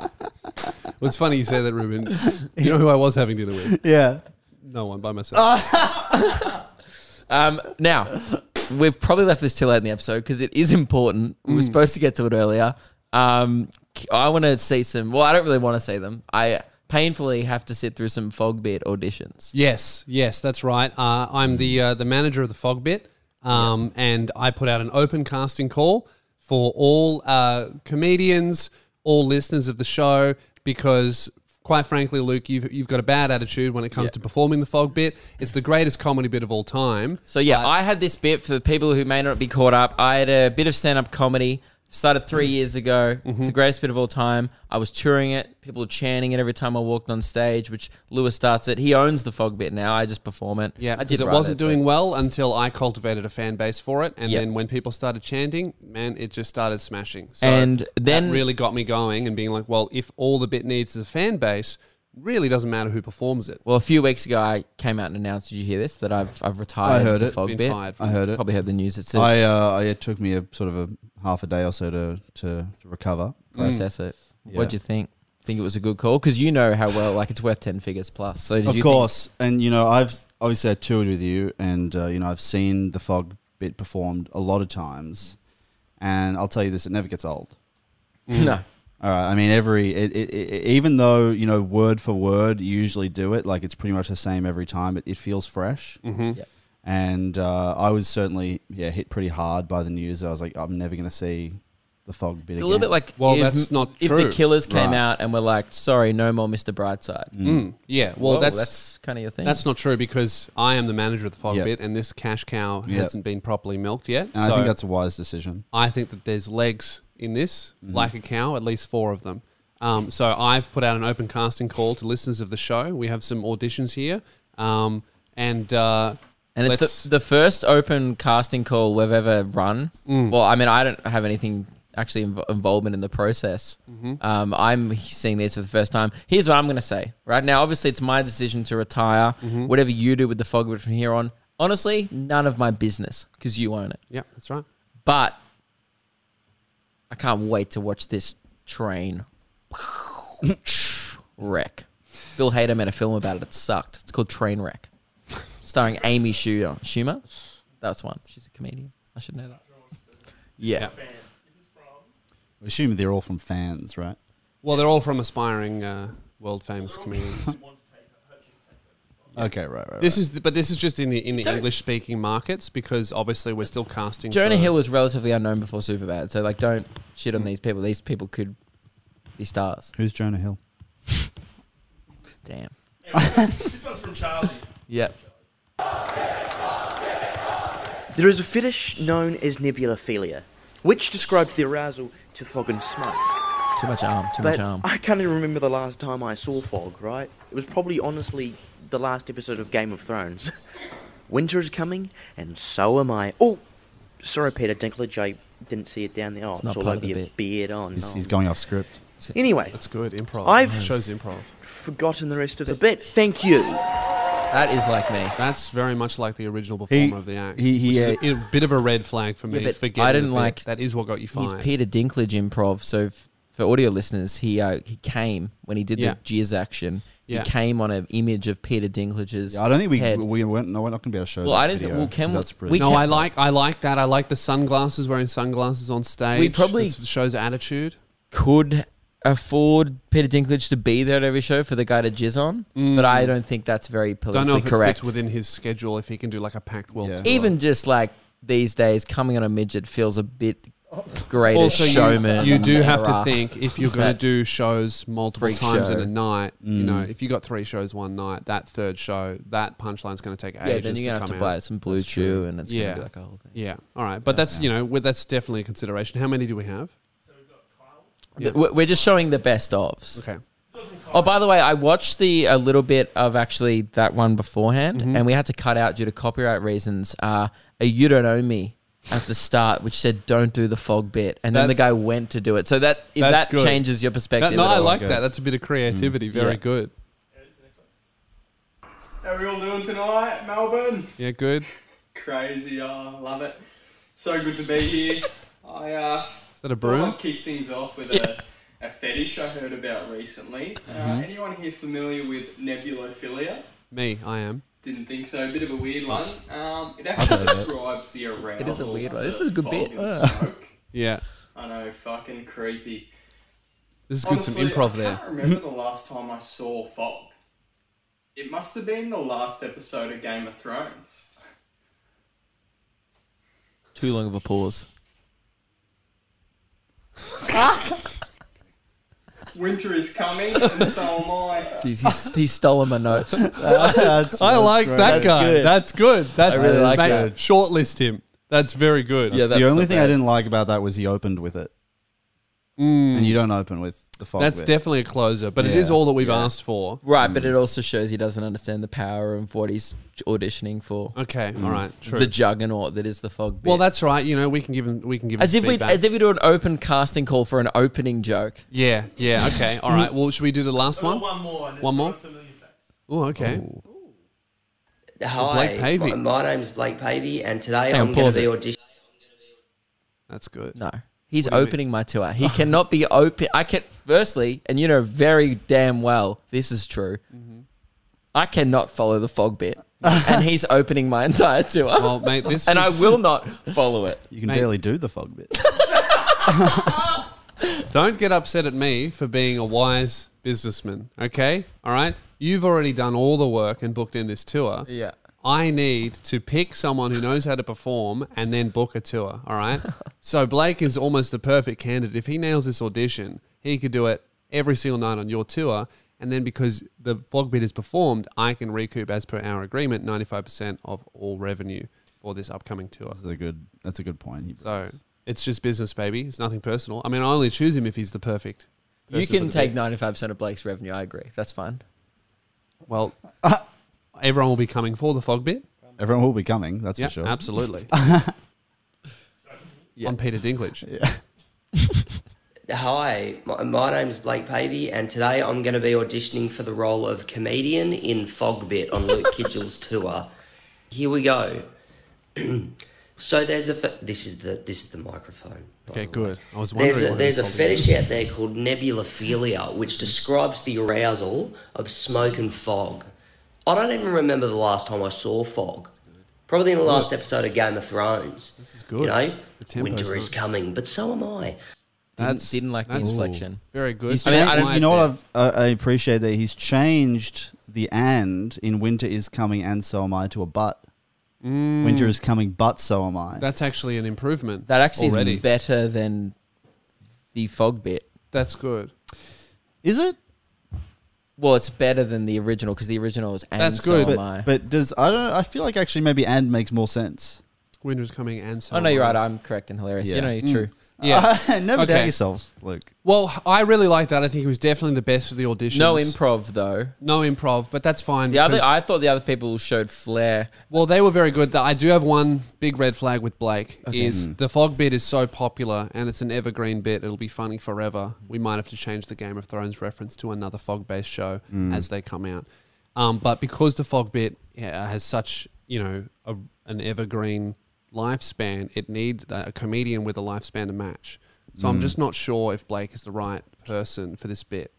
A: Well, it's funny you say that, Ruben. You know who I was having dinner with?
C: Yeah.
A: No one by myself.
D: Um, now, we've probably left this too late in the episode because it is important. We
C: Hmm.
D: were supposed to get to it earlier. Um, I want to see some. Well, I don't really want to see them. I painfully have to sit through some fog bit auditions.
A: Yes, yes, that's right. Uh, I'm the uh, the manager of the Fogbit, um, and I put out an open casting call for all uh, comedians, all listeners of the show, because quite frankly, Luke, you've you've got a bad attitude when it comes to performing the Fogbit. It's the greatest comedy bit of all time.
D: So yeah, I had this bit for the people who may not be caught up. I had a bit of stand-up comedy started three
A: Mm-hmm.
D: years ago. It's the greatest bit of all time. I was touring it. People were chanting it every time I walked on stage, which Lewis starts it. He owns the fog bit now. I just perform it.
A: Yeah,
D: I
A: because it
D: write
A: wasn't
D: but-
A: doing well until I cultivated a fan base for it, and
D: Yeah.
A: then when people started chanting, man, it just started smashing. So
D: And
A: that
D: then-
A: really got me going and being like, well, if all the bit needs is a fan base, really doesn't matter who performs it.
D: Well, a few weeks ago, I came out and announced. Did you hear this? That I've I've retired.
C: I heard
D: the
C: it.
D: Fog
A: Been
D: bit.
A: fired from
C: I heard it.
D: Probably heard the news. It's a
C: I, uh, I it took me a sort of a half a day or so to to, to recover.
A: mm.
D: process. It.
C: Yeah.
D: What'd you think? Think it was a good call because you know how well like it's worth ten figures plus. So did
C: of
D: you
C: course, and you know I've obviously I toured with you, and uh, you know I've seen the fog bit performed a lot of times, and I'll tell you this: it never gets old.
D: Think,
A: Mm.
D: no.
C: All right. I mean, every e, it, it, it, even though you know word for word, you usually do it like it's pretty much the same every time. It, it feels fresh, mm-hmm.
D: Yep.
C: and uh, I was certainly yeah hit pretty hard by the news. I was like, I'm never going to see the fog bit.
D: It's a
C: again.
D: little bit like
A: Well,
D: if,
A: that's not
D: if
A: true.
D: the killers came
C: Right.
D: out and were like, "Sorry, no more Mr. Brightside."
A: Mm, yeah, well,
D: Whoa,
A: that's,
D: that's
A: that's
D: kind of your thing.
A: not true because I am the manager of the Fogbit,
C: Yeah.
A: and this cash cow
C: Yeah.
A: hasn't been properly milked yet.
C: And I think that's a wise decision.
A: I think that there's legs in this, like a cow, at least four of them. Um, so I've put out an open casting call to listeners of the show. We have some auditions here, um, and uh,
D: and it's
A: let's-
D: the, the first open casting call we've ever run.
A: Mm.
D: Well, I mean, I don't have anything actually inv- involvement in the process.
A: Mm-hmm.
D: Um, I'm seeing these for the first time. Here's what I'm going to say right now. Obviously, it's my decision to retire.
A: Mm-hmm.
D: Whatever you do with the Fogbit from here on, honestly, none of my business because you own it.
A: yeah, that's right.
D: But I can't wait to watch this train wreck. Bill Hader made a film about it. It sucked. It's called Trainwreck, starring Amy Schumer. Schumer, that's one. She's a comedian. I should know that. Yeah,
C: Assuming they're all from fans, right?
A: Well, they're all from aspiring uh, world famous comedians.
C: Okay, right, right.
A: this is, the, but this is just in the in the
D: Don't-
A: English speaking markets because obviously we're still casting.
D: Jonah
A: for-
D: Hill was relatively unknown before Superbad, so like, don't shit on these people. These people could be stars.
C: Who's Jonah Hill?
D: Damn.
K: This one's from Charlie.
D: Yeah.
I: There is a fetish known as nebulophilia, which describes the arousal to fog and smoke.
D: Too much arm. Too
I: But
D: much arm.
I: I can't even remember the last time I saw fog, right? It was probably honestly the last episode of Game of Thrones. Winter is coming, and so am I. Oh, sorry, Peter Dinklage, I didn't see it down there. Oh, it's,
D: not
I: all
D: part
I: over
D: of the
I: your
D: bit.
I: beard on.
C: He's,
I: Oh.
C: he's going off script.
I: Anyway,
A: That's good improv.
I: I've-
A: shows improv.
I: forgotten the rest of the bit. Thank you.
D: That is like me.
A: That's very much like the original performer of the act.
C: he- uh, he,
A: which is a, a bit of a red flag for me.
D: but
A: forgetting
D: I didn't
A: the bit.
D: like-
A: that. Is what got you
D: He's
A: fired.
D: Peter Dinklage improv. So f- for audio listeners, he uh, he came when he did
A: Yeah.
D: the jizz action.
A: Yeah.
D: He came on an image of Peter Dinklage's.
C: I don't think we
D: head.
C: we weren't, no, we're not going to be able to show.
D: Well,
C: that
D: I don't think-
C: video,
D: well, can
C: 'cause
D: we-
C: that's
D: we
C: brilliant.
A: No,
D: Yeah.
A: I like I like that. I like the sunglasses, wearing sunglasses on stage.
D: We probably-
A: It's- shows attitude.
D: could afford Peter Dinklage to be there at every show for the guy to jizz on, but I don't think that's very
A: Mm. Don't know
D: politically
A: if it
D: correct.
A: fits within his schedule if he can do like a packed world tour.
D: Even just like these days, coming on a midget feels a bit greater
A: also,
D: showman.
A: you, you do have to
D: era.
A: think if you're going to
D: That-
A: do shows multiple
D: Freak
A: times
D: show. Mm.
A: in a night. You know, if you got three shows one night, that third show, that punchline's going to take ages
D: Yeah, then
A: to
D: you're gonna
A: come
D: have to
A: out.
D: buy some blue chew, and it's
A: Yeah.
D: gonna be like a whole thing.
A: Yeah, all right, but that's you know with, that's definitely a consideration. How many do we have? Yeah.
D: Th- We're we're just showing the best ofs.
A: Okay,
D: Oh, by the way, I watched the a little bit of actually that one beforehand,
A: Mm-hmm.
D: and we had to cut out due to copyright reasons. Uh, a "You Don't Owe Me" at the start, which said "Don't do the fog bit," and then the
A: That's-
D: guy went to do it. So that if
A: That's
D: that
A: good.
D: changes your perspective,
A: That- no,
D: it's
A: I
D: all
A: like
D: good.
A: that. That's a bit of creativity. Very
D: Mm. Yeah.
A: good.
I: How are we all doing tonight, Melbourne?
A: Yeah, good.
I: Crazy, oh, love it. So good to be here. I uh,
A: Is that a
I: thought
A: broom?
I: I'd kick things off with a, a fetish I heard about recently. Uh,
D: Mm-hmm.
I: anyone here familiar with nebulophilia?
A: Me, I am.
I: Didn't think so. A bit of a weird one. Um, it actually describes the arousal. It
D: is a weird one. This is a good bit. Uh.
I: Smoke.
A: Yeah,
I: I know, fucking creepy.
A: this is good. Some
I: Honestly,
A: improv
I: I
A: there.
I: can't remember the last time I saw fog. It must have been the last episode of Game of Thrones.
D: Too long of a pause.
I: Winter is coming, and so am I.
D: Jeez, he's, he's stolen my notes.
A: I like that guy. That's good. That's
D: really like
A: mate,
D: that.
A: Shortlist him. That's very good.
D: Yeah, that's
C: the only thing I
D: bad.
C: didn't like about that was he opened with it, and you don't open with the fog.
A: Mm. That's
C: bit.
A: definitely a closer, but it is
C: Yeah.
A: all that we've asked for.
D: Right, but it also shows he doesn't understand the power of what he's auditioning for.
A: Okay, all right, true.
D: The juggernaut that is the fog bit.
A: well, that's right. You know, we can give him. We can give him
D: as if we
A: feedback.
D: as if we do an open casting call for an opening joke.
A: yeah, yeah. Okay, all right. Well, should we do the last one?
I: One more. and it's
A: One more?
I: not a familiar face.
A: Oh, okay.
L: Hi,
A: Blake Pavey.
L: My, my name's Blake Pavey, and today
D: on,
L: I'm going
D: pause
L: to be
D: it.
L: auditioning.
A: That's good.
D: No. He's opening my tour. He cannot be open. I can firstly, and you know very damn well this is true.
A: Mm-hmm.
D: I cannot follow the fog bit, and he's opening my entire tour,
A: Well, mate, this
D: and I
A: was-
D: will not follow it.
C: you can
A: Mate.
C: barely do the fog bit.
A: Don't get upset at me for being a wise businessman. Okay, all right. You've already done all the work and booked in this tour.
D: Yeah.
A: I need to pick someone who knows how to perform and then book a tour. All right. so Blake is almost the perfect candidate. If he nails this audition, he could do it every single night on your tour. And then because the fog bit is performed, I can recoup as per our agreement 95% of all revenue for this upcoming tour.
C: that's a good. That's a good point. he
A: So
C: brings.
A: it's just business, baby. It's nothing personal. I mean, I only choose him if he's the perfect.
D: You
A: person for
D: can
A: the
D: take ninety five percent of Blake's revenue. I agree. That's fine.
A: bit. Well, everyone will be coming for the fog bit.
C: everyone will be coming. That's
A: Yeah,
C: for sure.
A: absolutely. On Peter Dinklage.
L: Hi, my, my name's Blake Pavey, and today I'm going to be auditioning for the role of comedian in Fogbit on Luke Kidgel's tour. Here we go. so there's a fe- this is the this is the microphone. by
A: Okay,
L: the way.
A: good. I was wondering.
L: There's a,
A: what
L: there's
A: it
L: a
A: was
L: fetish out there called nebulophilia, which describes the arousal of smoke and fog. I don't even remember the last time I saw fog. Probably in the last episode of Game of Thrones. This
A: is good.
L: You know,
A: The tempo's
L: winter
A: nice.
L: is coming, but so am I.
A: That's-
D: didn't like the
A: that's
D: inflection.
A: Very good.
C: He's changed- you know what? I've, I I appreciate that he's changed the "and" in "Winter is coming" and "So am I" to a "but." Winter is coming, but so am I.
A: Mm. That's actually an improvement.
D: That actually
A: already.
D: is better than the fog bit.
A: That's good.
C: Is it?
D: Well, it's better than the original because the original was and
A: That's
D: so
A: good,
D: am
C: But,
D: I.
C: but does I don't? I feel like actually maybe "and" makes more sense.
A: Winter's coming and so.
D: oh no,
A: am
D: you're
A: I.
D: right. I'm correct and hilarious. You
C: Yeah.
D: know,
A: Mm.
D: you're true.
A: Yeah.
C: Never
A: Okay.
C: doubt yourself, Luke.
A: well, I really like that. I think he was definitely the best for the audition.
D: No improv though.
A: No improv, but that's fine.
D: The other,
A: because-
D: I thought the other people showed flair.
A: Well, they were very good. I do have one big red flag with Blake. Is the fog bit is so popular and it's an evergreen bit. It'll be funny forever. We might have to change the Game of Thrones reference to another fog-based show as they come out. Um, but because the fog bit yeah, has such you know a, an evergreen lifespan, it needs a, a comedian with a lifespan to match. So I'm just not sure if Blake is the right person for this bit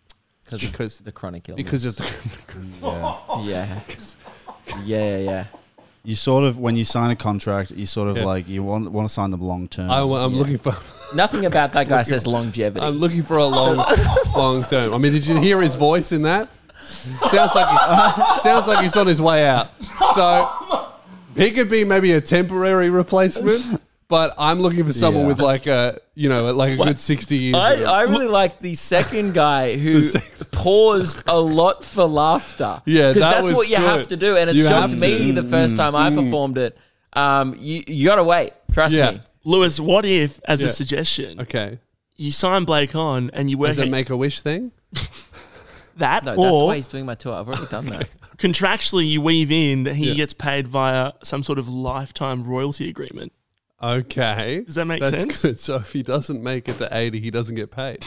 A: because
D: The chronic illness.
A: because of the,
D: yeah, yeah, yeah, yeah.
C: You sort of when you sign a contract, you sort of like you want want to sign them long term.
A: I, am looking for.
D: Nothing about that guy says longevity.
A: I'm looking for a long, long term. I mean, did you hear his voice in that? Sounds like he, sounds like he's on his way out. So he could be maybe a temporary replacement, but I'm looking for someone
C: Yeah.
A: with like a you know like a good sixty years.
D: I, I really like the second guy who paused a lot for laughter.
A: Yeah,
D: because
A: that
D: that's
A: was
D: what you have
A: good.
D: to do, and it
A: You
D: shocked
A: have
D: me
A: to. Mm.
D: the first time I performed it. Um, you you gotta wait. Trust
A: Yeah.
D: me.
J: Lewis, what if, as
A: Yeah.
J: a suggestion,
A: okay,
J: you sign Blake on and you work
A: is it
J: at
A: make a wish thing?
J: that,
D: No, that's
J: or
D: why he's doing my tour. I've already done that.
J: contractually you weave in that he
A: Yeah.
J: gets paid via some sort of lifetime royalty agreement?
A: Okay.
J: Does that make
A: That's
J: sense?
A: Good. So if he doesn't make it to 80, he doesn't get paid.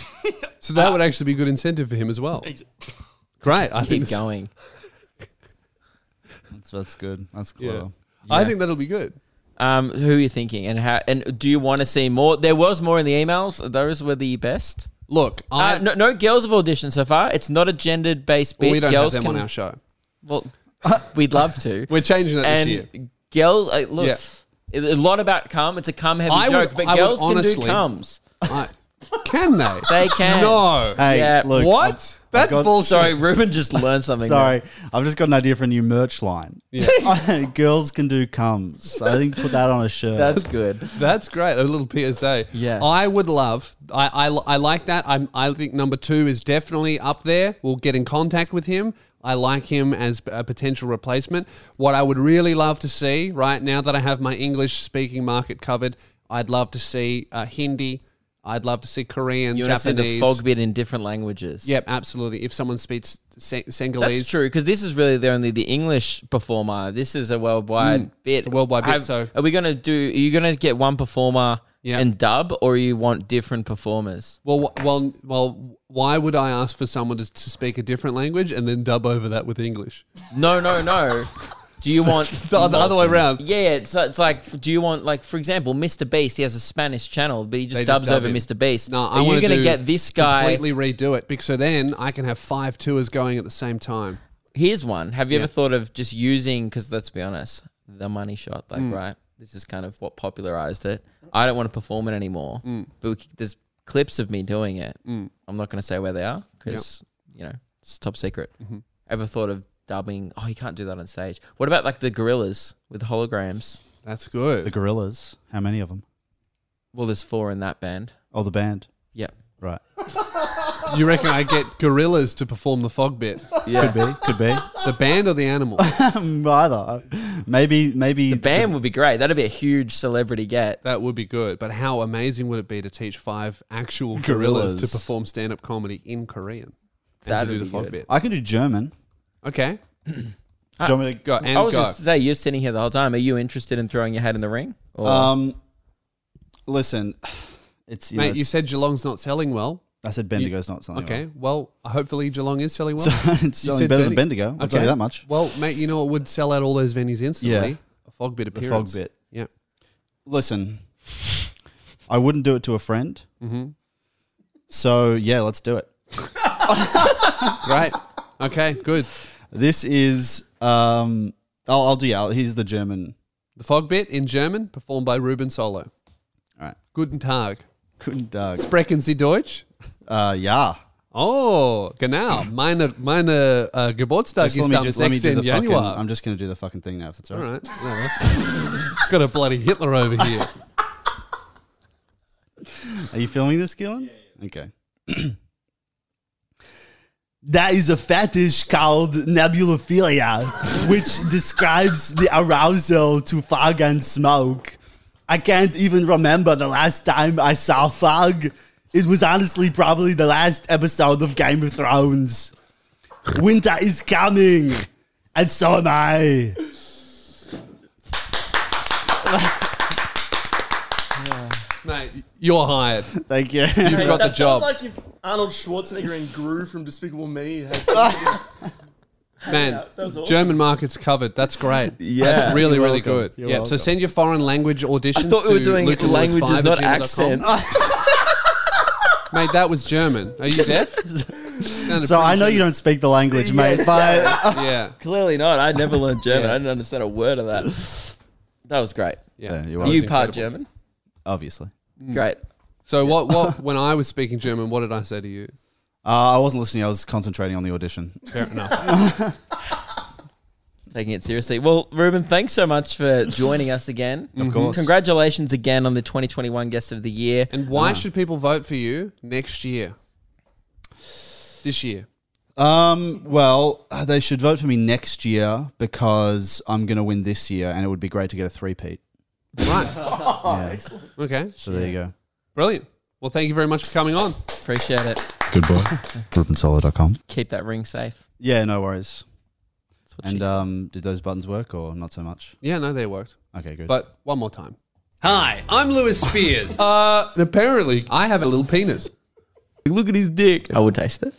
A: so that would actually be a good incentive for him as well.
J: Ex-
A: Great. I think
D: Keep
A: this-
D: going.
C: that's, that's good. That's
A: Yeah.
C: clever.
A: I think that'll be good.
D: Um, who are you thinking, and how? And do you want to see more? There was more in the emails. Those were the best.
A: Look, I
D: Uh, no, no girls have auditioned so far. It's not a gendered based bit.
A: we don't have
D: girls
A: them
D: can,
A: on our show.
D: Well, we'd love to.
A: We're changing that this year.
D: and girls, uh, look,
A: Yeah.
D: it- a lot about cum. It's a cum heavy
A: I would-
D: joke, but
A: I would
D: girls can
A: honestly-
D: do cums.
A: I- can they?
D: They can.
A: No.
C: Hey,
D: Yeah.
C: look,
A: what?
C: I've- I've
A: That's
C: got-
A: bullshit.
D: Sorry, Ruben just learned something.
C: Sorry, I've just got an idea for a new merch line. Girls can do cums. I think put that on a shirt.
D: That's good.
A: That's great. A little PSA.
D: Yeah.
A: I would love. I I, I like that. I I think number two is definitely up there. We'll get in contact with him. I like him as a potential replacement. What I would really love to see right now that I have my English speaking market covered, I'd love to see uh, Hindi. I'd love to see Korean,
D: You want to see
A: Japanese.
D: the fog bit in different languages.
A: Yep, absolutely. If someone speaks Sen- Senegalese,
D: That's true because this is really the only the English performer. This is a worldwide bit.
A: Mm. a worldwide bit,
D: Have-
A: so-
D: are we gonna do? Are you gonna get one performer
A: Yeah.
D: and dub, or you want different performers?
A: Well, wh- well, well. Why would I ask for someone to, to speak a different language and then dub over that with English?
D: No, no, no. do you want
A: The, the other way around.
D: Yeah, yeah, it's, it's like, f- do you want, like, for example, Mr. Beast, he has a Spanish channel, but he just
A: They just
D: dubs
A: dub
D: over
A: him.
D: Mr. Beast.
A: No, I
D: Are you
A: want
D: going
A: to
D: to get this guy?
A: completely redo it because so then I can have five tours going at the same time.
D: Here's one. Have you ever thought of just using, because let's be honest, the money shot, like,
A: Mm.
D: right? This is kind of what popularized it. I don't want to perform it anymore,
A: Mm.
D: but we, c- there's clips of me doing it. I'm not going to say where they are because, you know, it's top secret.
A: Mm-hmm.
D: Ever thought of dubbing? Oh, you can't do that on stage. What about, like, the gorillas with holograms?
A: That's good.
C: the Gorillas. How many of them?
D: Well, there's four in that band.
C: Oh, the band.
D: Yep.
C: Right.
A: You reckon I get gorillas to perform the fog bit?
C: Could be. Could be.
A: The band or the animal?
C: Either. Maybe. Maybe.
D: The band would be great. That'd be a huge celebrity get.
A: That would be good. But how amazing would it be to teach five actual gorillas,
C: Gorillas.
A: to perform stand up comedy in Korean? And
D: That'd
A: to do
D: be
A: the fog
D: good.
A: bit.
C: I can do German.
A: Okay.
C: Do you want me to
A: Go and
D: I was
A: go.
D: just to say, you're sitting here the whole time. Are you interested in throwing your hat in the ring? Or
C: Um, listen, it's you know,
A: Mate, you
C: it's-
A: said Geelong's not selling well.
C: I said Bendigo's not selling.
A: Okay. Well, hopefully Geelong is selling well.
C: well. it's
A: You
C: selling
A: said
C: better than
A: Bendigo.
C: Bendigo. I'll tell you that much.
A: Well, mate, you know it would sell out all those venues instantly. A fog bit
C: The
A: appearance.
C: fog bit.
A: Yeah.
C: Listen, I wouldn't do it to a friend.
A: Mm-hmm.
C: So yeah, let's do it.
A: Great. Okay. Good.
C: This is um, I'll, I'll do yeah. I'll- Here's the German.
A: The fog bit in German, performed by Ruben Solo.
C: All right.
A: Guten Tag.
C: Guten Tag.
A: Sprechen Sie Deutsch?
C: Uh, yeah.
A: Oh, genau. Meine, meine äh, Geburtstag
C: Just let
A: ist
C: me
A: am
C: do, let me do
A: 16.
C: the fucking.
A: Januar.
C: I'm just gonna do the fucking thing now. If that's all
A: all
C: right.
A: right. whatever. Got a bloody Hitler over here.
C: Are you filming this, Gillen? Okay. That is a fetish called nebulophilia, which describes the arousal to fog and smoke. I can't even remember the last time I saw fog. It was honestly probably the last episode of Game of Thrones. Winter is coming, and so am I.
A: Mate, you're hired.
C: Thank you.
A: You've got the job.
J: Sounds like if Arnold Schwarzenegger and Gru from Despicable Me had
A: Man, German market's covered. That's great. Yeah, That's really, really good.
C: You're
A: yeah. So
C: welcome.
A: send your foreign language auditions.
D: I thought we were
A: to
D: doing
A: Luke and Lewis
D: languages,
A: five at
D: not
A: gmail dot com.
D: accents.
A: Mate, that was German. Are you deaf?
C: so I know you don't speak the language, mate, but
A: yeah,
D: clearly not. I never learned German. I didn't understand a word of that. That was great.
A: yeah.
C: Yeah,
A: yeah
C: you
D: Are
C: are
D: you part German?
C: obviously.
D: Mm. Great.
A: so what? What? When I was speaking German, what did I say to you?
C: Uh, I wasn't listening. I was concentrating on the audition.
A: Fair enough.
D: Taking it seriously. Well, Ruben, thanks so much for joining us again. Mm-hmm.
C: Of course.
D: Congratulations again on the 2021 Guest of the Year.
A: And why should people vote for you next year? This year.
C: Um, well, they should vote for me next year because I'm going to win this year, and it would be great to get a three-peat.
A: Right.
C: Yeah.
A: Okay.
C: So there you go.
A: Brilliant. Well, thank you very much for coming on.
D: Appreciate it.
E: Good boy.
C: RubenSolo.com.
D: Keep that ring safe.
C: Yeah, no worries.
D: That's what she
C: And
D: said.
C: um, did those buttons work or not so much?
A: Yeah, no, they worked.
C: Okay, good.
A: But one more time. Hi, I'm Lewis Spears. uh, and apparently I have a little penis.
D: Look at his dick. I would taste it.